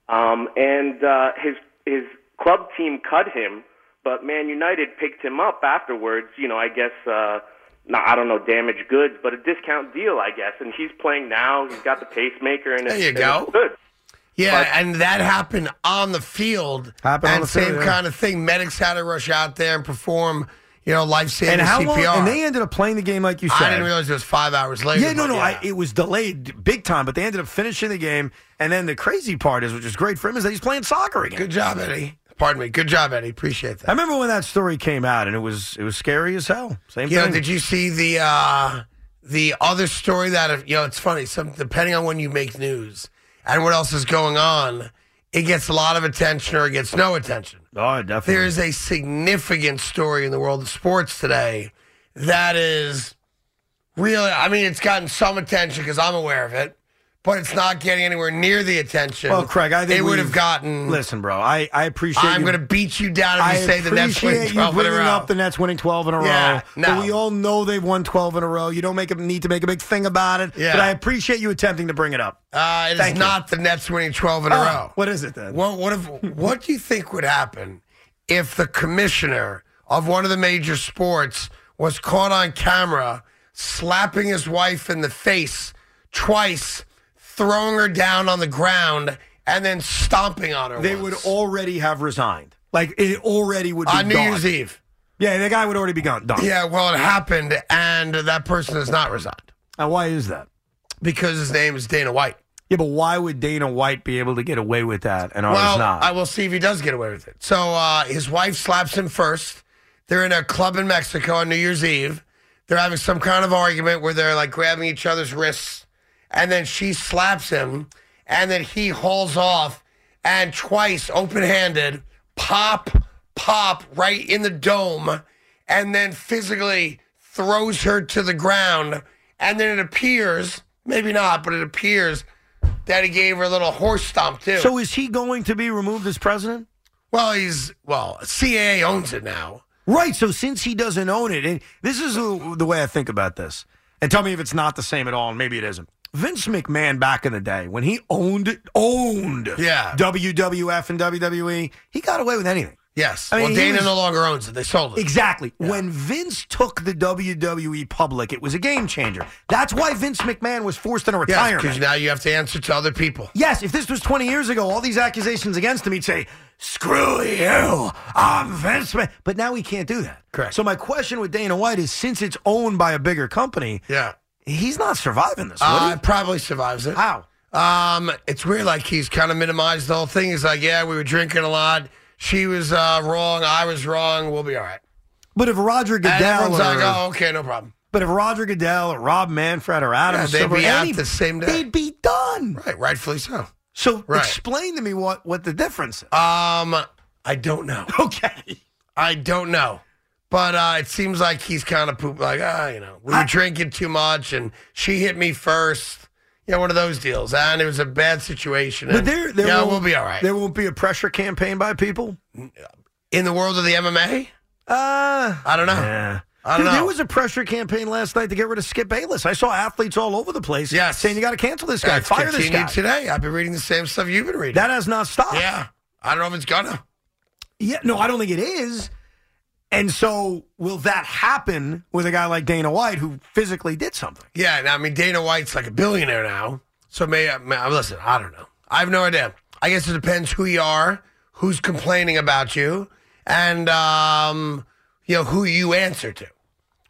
Speaker 11: um, and uh, his his club team cut him, but Man United picked him up afterwards. You know, I guess uh, not, I don't know damaged goods, but a discount deal, I guess. And he's playing now. He's got the pacemaker, and
Speaker 2: There
Speaker 11: it's,
Speaker 2: you
Speaker 11: and
Speaker 2: go.
Speaker 11: it's good.
Speaker 2: Yeah, and that happened on the field.
Speaker 3: Happened on
Speaker 2: and
Speaker 3: the field,
Speaker 2: same
Speaker 3: yeah.
Speaker 2: kind of thing. Medics had to rush out there and perform, you know, life saving
Speaker 3: And how
Speaker 2: CPR.
Speaker 3: long? And they ended up playing the game, like you said.
Speaker 2: I didn't realize it was five hours later.
Speaker 3: yeah, no,
Speaker 2: but
Speaker 3: no, I, it was delayed big time, but they ended up finishing the game. And then the crazy part is, which is great for him, is that he's playing soccer again.
Speaker 2: good job, Eddie. Pardon me. Good job, Eddie. Appreciate
Speaker 3: I
Speaker 2: that.
Speaker 3: remember when that story came out, and it was it was scary as hell. Same
Speaker 2: You know,
Speaker 3: thing.
Speaker 2: did you see the uh, the other story that uh, you know? It's funny. Some depending on when you make news and what else is going on, it gets a lot of attention or it gets no attention.
Speaker 3: oh, definitely.
Speaker 2: There is a significant story in the world of sports today that is really, I mean, it's gotten some attention because I'm aware of it, but it's not getting anywhere near the attention.
Speaker 3: Well, Craig, I think
Speaker 2: they would
Speaker 3: we've-
Speaker 2: have gotten.
Speaker 3: Listen, bro, I, I appreciate.
Speaker 2: I'm
Speaker 3: you-
Speaker 2: going to beat you down if you say the Nets
Speaker 3: appreciate
Speaker 2: win
Speaker 3: you
Speaker 2: 12 in a
Speaker 3: bringing
Speaker 2: row.
Speaker 3: up the Nets winning 12 in a
Speaker 2: Yeah,
Speaker 3: row.
Speaker 2: no.
Speaker 3: But we all know they've won 12 in a row. You don't make a, need to make a big thing about it.
Speaker 2: Yeah.
Speaker 3: But I appreciate you attempting to bring it up.
Speaker 2: Uh, it is
Speaker 3: Thank you.
Speaker 2: not the Nets winning 12 in a
Speaker 3: Oh,
Speaker 2: row.
Speaker 3: What is it then?
Speaker 2: What what if what do you think would happen if the commissioner of one of the major sports was caught on camera slapping his wife in the face twice, throwing her down on the ground, and then stomping on her?
Speaker 3: They
Speaker 2: once?
Speaker 3: would already have resigned. Like it already would be
Speaker 2: on New
Speaker 3: gone.
Speaker 2: Year's Eve.
Speaker 3: Yeah, the guy would already be gone. Done.
Speaker 2: Yeah, well, it happened, and that person has not resigned
Speaker 3: Now, why is that?
Speaker 2: because his name is Dana White.
Speaker 3: Yeah, but why would Dana White be able to get away with that and ours
Speaker 2: well,
Speaker 3: not?
Speaker 2: I will see if he does get away with it. So uh, his wife slaps him first. They're in a club in Mexico on New Year's Eve. They're having some kind of argument where they're like grabbing each other's wrists, and then she slaps him, and then he hauls off and twice, open handed, pop, pop right in the dome, and then physically throws her to the ground. And then it appears, maybe not, but it appears that he gave her a little horse stomp too.
Speaker 3: so is he going to be removed as president?
Speaker 2: Well, he's well. CAA owns it now.
Speaker 3: Right. So since he doesn't own it, and this is the the way I think about this. And tell me if it's not the same at all, and maybe it isn't. Vince McMahon back in the day when he owned owned
Speaker 2: Yeah.
Speaker 3: WWF and WWE, he got away with anything.
Speaker 2: Yes.
Speaker 3: I mean,
Speaker 2: well,
Speaker 3: he
Speaker 2: Dana
Speaker 3: was-
Speaker 2: no longer owns it. They sold it.
Speaker 3: Exactly. When Vince took the WWE public, it was a game changer. That's why Vince McMahon was forced into
Speaker 2: Yes,
Speaker 3: retirement.
Speaker 2: because now you have to answer to other people.
Speaker 3: Yes, if this was 20 years ago, all these accusations against him, he'd say, screw you, I'm Vince McMahon. But now he can't do that.
Speaker 2: Correct.
Speaker 3: So my question with Dana White is, since it's owned by a bigger company,
Speaker 2: Yeah.
Speaker 3: he's not surviving this, would
Speaker 2: Uh,
Speaker 3: he?
Speaker 2: probably survives it.
Speaker 3: How?
Speaker 2: Um, it's weird. Like he's kind of minimized the whole thing. He's like, yeah, we were drinking a lot. She was uh, wrong. I was wrong. We'll be all right.
Speaker 3: But if Roger
Speaker 2: And
Speaker 3: Goodell
Speaker 2: everyone's
Speaker 3: or,
Speaker 2: like, oh, okay, no problem.
Speaker 3: but if Roger Goodell or Rob Manfred or Adam
Speaker 2: Yeah, they'd
Speaker 3: Silver,
Speaker 2: be out
Speaker 3: any-
Speaker 2: the same day.
Speaker 3: They'd be done.
Speaker 2: Right. Rightfully so.
Speaker 3: So
Speaker 2: Right.
Speaker 3: explain to me what, what the difference is.
Speaker 2: Um, I don't know.
Speaker 3: okay.
Speaker 2: I don't know. But uh, it seems like he's kind of poop, like, ah, you know, we were drinking too much and she hit me first. You know, one of those deals. ah, And it was a bad situation.
Speaker 3: But
Speaker 2: and,
Speaker 3: there, there
Speaker 2: yeah,
Speaker 3: won't-
Speaker 2: we'll be all right.
Speaker 3: There won't be a pressure campaign by people.
Speaker 2: In the world of the MMA?
Speaker 3: Uh,
Speaker 2: I don't know.
Speaker 3: Yeah.
Speaker 2: I don't
Speaker 3: Dude,
Speaker 2: know.
Speaker 3: there was a pressure campaign last night to get rid of Skip Bayless. I saw athletes all over the place
Speaker 2: Yes.
Speaker 3: saying you got to cancel this guy,
Speaker 2: That's
Speaker 3: fire this guy.
Speaker 2: continued today. I've been reading the same stuff you've been reading.
Speaker 3: That has not stopped.
Speaker 2: yeah. I don't know if it's gonna.
Speaker 3: Yeah, no, I don't think it is. And so, will that happen with a guy like Dana White who physically did something?
Speaker 2: Yeah, and I mean Dana White's like a billionaire now, so may I, may I listen. I don't know. I have no idea. I guess it depends who you are, who's complaining about you, and um, you know who you answer to,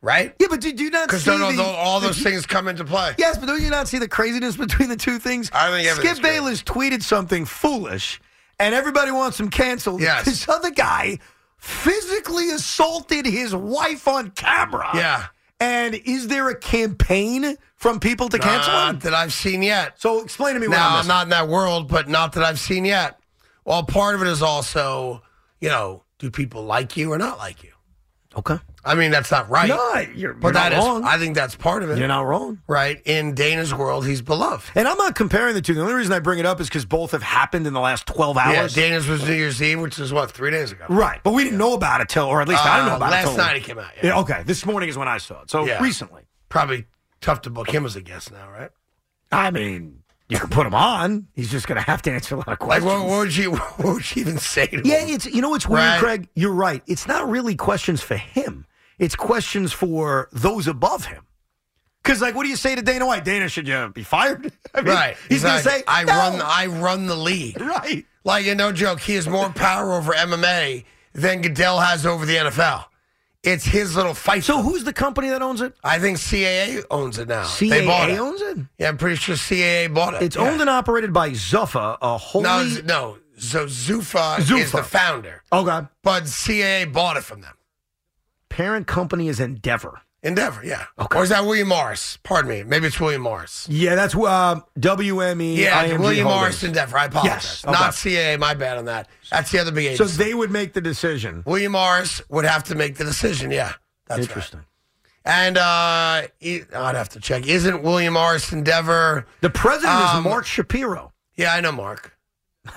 Speaker 2: right?
Speaker 3: Yeah, but did you not
Speaker 2: Because
Speaker 3: see the-
Speaker 2: all
Speaker 3: the-
Speaker 2: those things come into play.
Speaker 3: Yes, but don't you not see the craziness between the two things?
Speaker 2: I think everything's
Speaker 3: Skip Bayless tweeted something foolish, and everybody wants him canceled.
Speaker 2: Yes.
Speaker 3: This other guy physically assaulted his wife on camera.
Speaker 2: Yeah.
Speaker 3: And is there a campaign from people to cancel
Speaker 2: Not
Speaker 3: him?
Speaker 2: Uh, that I've seen yet.
Speaker 3: So explain to me what
Speaker 2: Now,
Speaker 3: I'm
Speaker 2: I'm
Speaker 3: missing.
Speaker 2: not in that world, but not that I've seen yet. Well, part of it is also, you know, do people like you or not like you?
Speaker 3: Okay.
Speaker 2: I mean, that's not right.
Speaker 3: No, you're,
Speaker 2: but
Speaker 3: you're
Speaker 2: that
Speaker 3: not
Speaker 2: is-
Speaker 3: wrong.
Speaker 2: I think that's part of it.
Speaker 3: you're not wrong.
Speaker 2: right? In Dana's world, he's beloved.
Speaker 3: And I'm not comparing the two. The only reason I bring it up is because both have happened in the last 12
Speaker 2: Yeah,
Speaker 3: hours.
Speaker 2: Dana's was New Year's Eve, which is what three days ago.
Speaker 3: Right, but we didn't know about it till, or at least I didn't know
Speaker 2: Uh,
Speaker 3: about it
Speaker 2: last
Speaker 3: till
Speaker 2: night it came out. Yeah.
Speaker 3: Yeah, okay. This morning is when I saw it. So
Speaker 2: Yeah.
Speaker 3: recently.
Speaker 2: Probably tough to book him as a guest now, right?
Speaker 3: I mean, you can put him on. He's just going to have to answer a lot of
Speaker 2: Like,
Speaker 3: questions.
Speaker 2: what, what would you what would you even say to
Speaker 3: yeah,
Speaker 2: him?
Speaker 3: it's you know what's weird,
Speaker 2: Right.
Speaker 3: Craig. You're right. It's not really questions for him. It's questions for those above him. Because like, what do you say to Dana White? Dana should you be fired? I mean,
Speaker 2: right.
Speaker 3: He's
Speaker 2: exactly.
Speaker 3: going to say,
Speaker 2: "I
Speaker 3: "No."
Speaker 2: run, I run the league."
Speaker 3: right.
Speaker 2: Like, and no joke, he has more power over MMA than Goodell has over the NFL. It's his little fight.
Speaker 3: So who's the company that owns it?
Speaker 2: I think CAA owns it now. they bought
Speaker 3: CAA
Speaker 2: it.
Speaker 3: owns it.
Speaker 2: yeah, I'm pretty sure CAA bought it.
Speaker 3: It's
Speaker 2: yeah.
Speaker 3: owned and operated by Zuffa, a holy.
Speaker 2: No, z- no. So Zufa, is
Speaker 3: Zuffa.
Speaker 2: the founder,
Speaker 3: oh God,
Speaker 2: but CAA bought it from them.
Speaker 3: parent company is Endeavor.
Speaker 2: Endeavor, yeah.
Speaker 3: Okay.
Speaker 2: Or is that William Morris? Pardon me. Maybe it's William Morris.
Speaker 3: Yeah, that's uh, WME.
Speaker 2: Yeah,
Speaker 3: IMG
Speaker 2: William
Speaker 3: Holdings.
Speaker 2: Morris Endeavor. I apologize.
Speaker 3: Yes, okay.
Speaker 2: Not CAA. My bad on that. That's the other big
Speaker 3: So
Speaker 2: agency.
Speaker 3: they would make the decision.
Speaker 2: William Morris would have to make the decision. Yeah, that's right.
Speaker 3: Interesting.
Speaker 2: And uh, he- I'd have to check. Isn't William Morris Endeavor?
Speaker 3: The president
Speaker 2: Um,
Speaker 3: is Mark Shapiro.
Speaker 2: Yeah, I know Mark.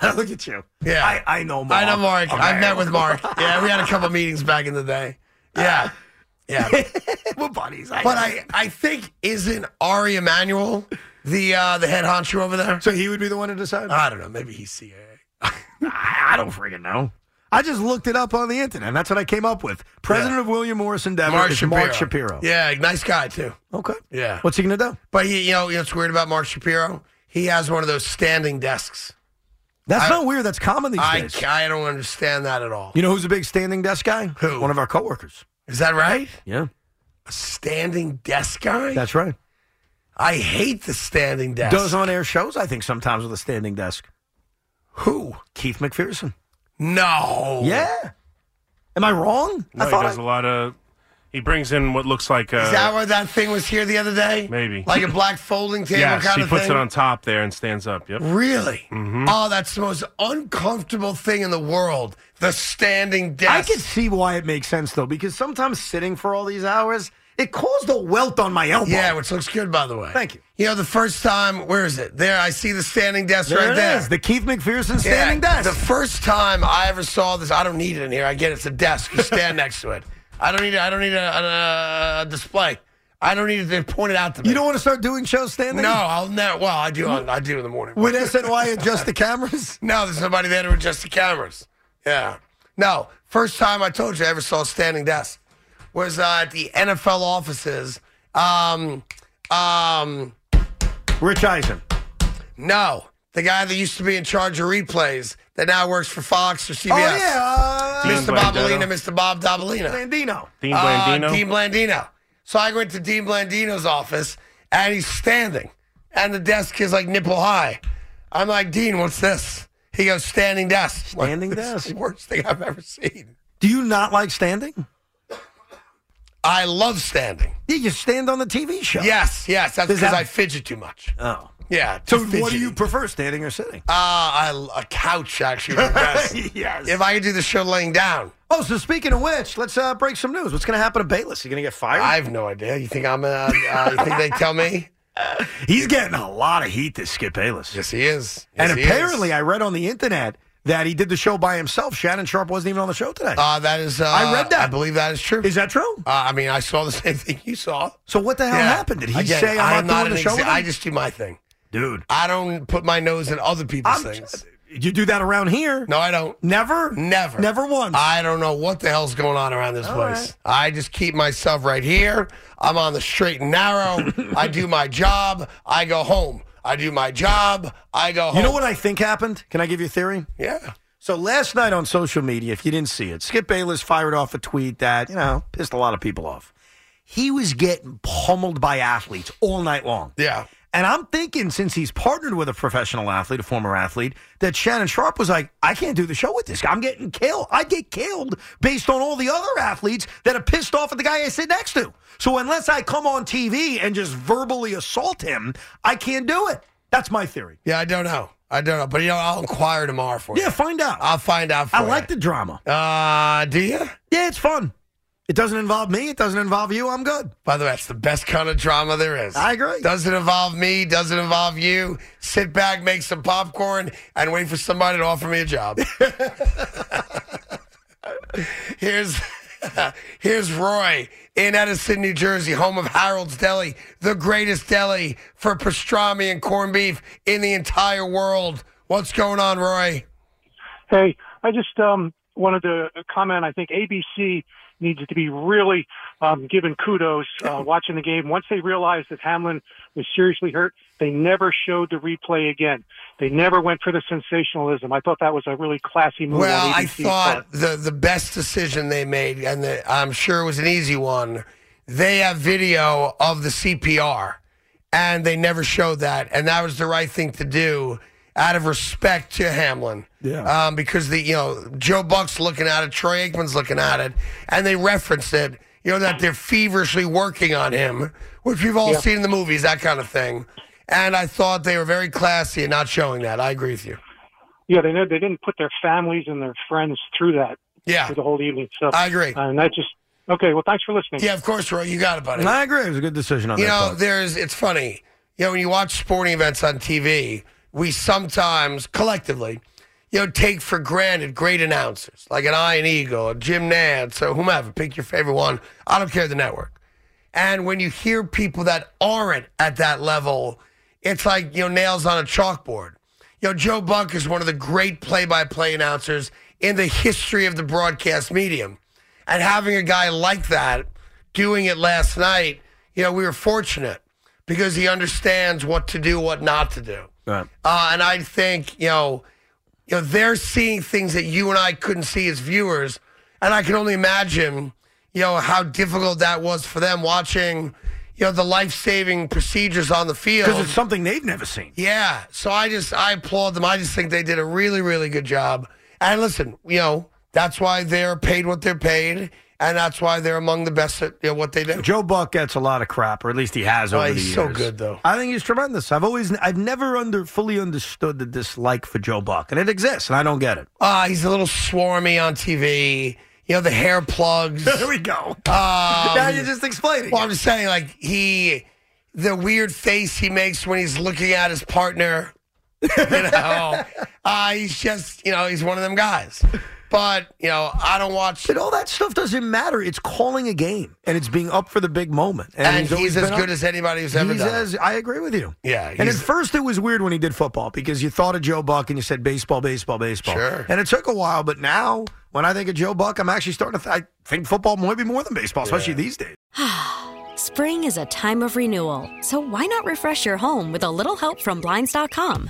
Speaker 3: Look at you.
Speaker 2: Yeah,
Speaker 3: I, I know Mark.
Speaker 2: I know Mark. I've
Speaker 3: Okay.
Speaker 2: met with Mark. Yeah, we had a couple meetings back in the day.
Speaker 3: Uh,
Speaker 2: Yeah, yeah.
Speaker 3: We're buddies.
Speaker 2: But I, I think isn't Ari Emanuel the uh, the head honcho over there?
Speaker 3: So he would be the one to decide.
Speaker 2: I don't know. Maybe he's CIA.
Speaker 3: I, I don't freaking know. I just looked it up on the internet. and That's what I came up with. President of William Morris Endeavor is Mark Shapiro.
Speaker 2: Yeah, nice guy too.
Speaker 3: Okay.
Speaker 2: Yeah.
Speaker 3: What's he gonna do?
Speaker 2: But he, you know, you know, what's weird about Mark Shapiro? He has one of those standing desks.
Speaker 3: That's
Speaker 2: I-
Speaker 3: not weird. That's common these
Speaker 2: I,
Speaker 3: days.
Speaker 2: I don't understand that at all.
Speaker 3: You know who's a big standing desk guy? Who? One of our coworkers.
Speaker 2: Is that right?
Speaker 3: Yeah.
Speaker 2: A standing desk guy?
Speaker 3: That's right.
Speaker 2: I hate the standing desk.
Speaker 3: Does on air shows, I think, sometimes with a standing desk.
Speaker 2: Who?
Speaker 3: Keith McPherson.
Speaker 2: No.
Speaker 3: Yeah. Am I wrong?
Speaker 6: No,
Speaker 3: I
Speaker 6: he
Speaker 3: thought
Speaker 6: does a lot of. He brings in what looks like uh, a
Speaker 2: Is that where that thing was here the other day?
Speaker 6: maybe
Speaker 2: Like a black folding table
Speaker 6: yes,
Speaker 2: kind
Speaker 6: he
Speaker 2: of
Speaker 6: puts
Speaker 2: thing?
Speaker 6: it on top there and stands up. Yep.
Speaker 2: Really?
Speaker 6: Mhm.
Speaker 3: Mm-hmm.
Speaker 2: Oh, that's the most uncomfortable thing in the world. The standing
Speaker 3: I
Speaker 2: desk.
Speaker 3: can see why it makes sense though, because sometimes sitting for all these hours, it caused a welt on my elbow.
Speaker 2: Yeah, which looks good, by the way.
Speaker 3: Thank you.
Speaker 2: You know, the first time, where is it? There, I see the standing desk
Speaker 3: There
Speaker 2: right
Speaker 3: it
Speaker 2: there.
Speaker 3: is, the Keith McPherson standing
Speaker 2: Yeah,
Speaker 3: desk.
Speaker 2: The first time I ever saw this, I don't need it in here. I get it's a desk. You stand next to it. I don't need it. I don't need a, a, a display. I don't need it to point it out to me.
Speaker 3: you don't want to start doing shows standing?
Speaker 2: No, I'll never. Well, I do. on I do in the morning.
Speaker 3: Would SNY adjust the cameras?
Speaker 2: No, there's nobody there to adjust the cameras. Yeah. No, first time I told you I ever saw a standing desk was uh, at the NFL offices. Um, um,
Speaker 3: Rich Eisen.
Speaker 2: no, the guy that used to be in charge of replays that now works for Fox or CBS.
Speaker 3: Oh yeah. Uh,
Speaker 2: Mr.
Speaker 6: Dean Blandino.
Speaker 2: Bobolina, Mr. Bob Dobolina.
Speaker 3: Landino.
Speaker 6: Dean
Speaker 2: Uh,
Speaker 6: Blandino.
Speaker 2: Dean Blandino. So I went to Dean Blandino's office and he's standing and the desk is like nipple high. I'm like, Dean, what's this? He goes, standing desk. I'm like,
Speaker 3: Standing
Speaker 2: this is
Speaker 3: desk.
Speaker 2: the worst thing I've ever seen.
Speaker 3: Do you not like standing?
Speaker 2: I love standing.
Speaker 3: Yeah, you stand on the TV show.
Speaker 2: Yes, yes. That's
Speaker 3: Does
Speaker 2: because
Speaker 3: that-
Speaker 2: I fidget too much.
Speaker 3: Oh.
Speaker 2: Yeah.
Speaker 3: So
Speaker 2: too
Speaker 3: what do
Speaker 2: fidgety.
Speaker 3: you prefer, standing or sitting?
Speaker 2: Uh, I, a couch actually. would be best.
Speaker 3: yes.
Speaker 2: if I could do the show laying down,
Speaker 3: oh, so speaking of which, let's uh, break some news. What's going to happen to Bayless? He going to get fired?
Speaker 2: I have no idea. You think I'm? Uh, uh, you think they tell me?
Speaker 3: He's getting a lot of heat, this Skip Bayless.
Speaker 2: Yes, he is. Yes,
Speaker 3: and
Speaker 2: he is.
Speaker 3: apparently, I read on the internet that he did the show by himself. Shannon Sharp wasn't even on the show today.
Speaker 2: Uh, that is. Uh,
Speaker 3: I read that.
Speaker 2: I believe that is true.
Speaker 3: Is that true?
Speaker 2: Uh, I mean, I saw the same thing you saw.
Speaker 3: So what the hell
Speaker 2: Yeah.
Speaker 3: happened? Did he
Speaker 2: Again,
Speaker 3: say
Speaker 2: I
Speaker 3: I'm
Speaker 2: am
Speaker 3: not doing
Speaker 2: an
Speaker 3: the show?
Speaker 2: exa-
Speaker 3: with
Speaker 2: I
Speaker 3: him?"
Speaker 2: just do my thing.
Speaker 3: dude,
Speaker 2: I don't put my nose in other people's
Speaker 3: I'm-
Speaker 2: things.
Speaker 3: you do that around here?
Speaker 2: No, I don't.
Speaker 3: never,
Speaker 2: Never.
Speaker 3: never once.
Speaker 2: I don't know what the hell's going on around this place. I just keep myself right here. I'm on the straight and narrow. I do my job. I go home. I do my job. I go home.
Speaker 3: you know what I think happened? Can I give you a theory?
Speaker 2: Yeah.
Speaker 3: So last night on social media, if you didn't see it, Skip Bayless fired off a tweet that, you know, pissed a lot of people off. He was getting pummeled by athletes all night long.
Speaker 2: Yeah.
Speaker 3: And I'm thinking, since he's partnered with a professional athlete, a former athlete, that Shannon Sharp was like, I can't do the show with this guy. I'm getting killed. I get killed based on all the other athletes that are pissed off at the guy I sit next to. So unless I come on TV and just verbally assault him, I can't do it. That's my theory.
Speaker 2: Yeah, I don't know. I don't know. But you know, I'll inquire tomorrow for
Speaker 3: Yeah,
Speaker 2: you.
Speaker 3: find out.
Speaker 2: I'll find out for
Speaker 3: I
Speaker 2: you.
Speaker 3: like the drama.
Speaker 2: Uh, do you?
Speaker 3: Yeah, it's fun. It doesn't involve me. It doesn't involve you. I'm good.
Speaker 2: By the way, that's the best kind of drama there is.
Speaker 3: I agree.
Speaker 2: Doesn't involve me, doesn't involve you. Sit back, make some popcorn, and wait for somebody to offer me a job. here's here's Roy in Edison, New Jersey, home of Harold's Deli, the greatest deli for pastrami and corned beef in the entire world. What's going on, Roy?
Speaker 12: Hey, I just um, wanted to comment. I think ABC needs to be really um, given kudos uh, watching the game. Once they realized that Hamlin was seriously hurt, they never showed the replay again. They never went for the sensationalism. I thought that was a really classy move.
Speaker 2: Well,
Speaker 12: on
Speaker 2: I
Speaker 12: ABC's part.
Speaker 2: thought the the best decision they made, and the, I'm sure it was an easy one. They have video of the CPR, and they never showed that, and that was the right thing to do out of respect to Hamlin. Yeah. Um, because the you know Joe Buck's looking at it, Troy Aikman's looking at it, and they referenced it. You know that they're feverishly working on him, which we've all seen in the movies, that kind of thing. And I thought they were very classy in not showing that. I agree with you.
Speaker 12: yeah, they know they didn't put their families and their friends through that
Speaker 2: Yeah.
Speaker 12: through the whole evening. So
Speaker 2: I agree.
Speaker 12: and that just
Speaker 13: Okay, well, thanks for listening.
Speaker 2: Yeah, of course, Roy. You got it, buddy.
Speaker 3: I agree. It was a good decision on
Speaker 2: You
Speaker 3: that
Speaker 2: know,
Speaker 3: part.
Speaker 2: there's it's funny. You know, when you watch sporting events on TV, we sometimes collectively, you know, take for granted great announcers like an Ian Eagle, a Jim Nance, or whomever. Pick your favorite one. I don't care the network. And when you hear people that aren't at that level, it's like you know nails on a chalkboard. You know, Joe Buck is one of the great play-by-play announcers in the history of the broadcast medium. And having a guy like that doing it last night, you know, we were fortunate because he understands what to do, what not to do.
Speaker 3: Right.
Speaker 2: Uh, and I think, you know, you know, they're seeing things that you and I couldn't see as viewers. And I can only imagine, you know, how difficult that was for them watching, you know, the life saving procedures on the field.
Speaker 3: Because it's something they've never seen.
Speaker 2: Yeah. So I just I applaud them. I just think they did a really really good job. And listen, you know that's why they're paid what they're paid, and that's why they're among the best at you know, what they do.
Speaker 3: Joe Buck gets a lot of crap, or at least he has
Speaker 2: Oh,
Speaker 3: over the
Speaker 2: he's
Speaker 3: years.
Speaker 2: so good, though.
Speaker 3: I think he's tremendous. I've always, I've never under fully understood the dislike for Joe Buck, and it exists, and I don't get it.
Speaker 2: Uh, he's a little swarmy on TV. You know the hair plugs.
Speaker 3: There we go. now you're just explaining.
Speaker 2: Um, Well, I'm just saying, like he, the weird face he makes when he's looking at his partner. You know, uh, he's just you know he's one of them guys. But you know, I don't watch.
Speaker 3: But all that stuff doesn't matter. It's calling a game, and it's being up for the big moment.
Speaker 2: And
Speaker 3: always
Speaker 2: he's as
Speaker 3: been up.
Speaker 2: good as anybody who's ever
Speaker 3: He's
Speaker 2: done it.
Speaker 3: as- I agree with you.
Speaker 2: Yeah,
Speaker 3: And at
Speaker 2: he's-
Speaker 3: first, it was weird when he did football because you thought of Joe Buck and you said baseball, baseball, baseball.
Speaker 2: Sure.
Speaker 3: And it took a while, but now when I think of Joe Buck, I'm actually starting to. Th- I think football might be more than baseball, especially these days.
Speaker 14: Spring is a time of renewal, so why not refresh your home with a little help from Blinds.com?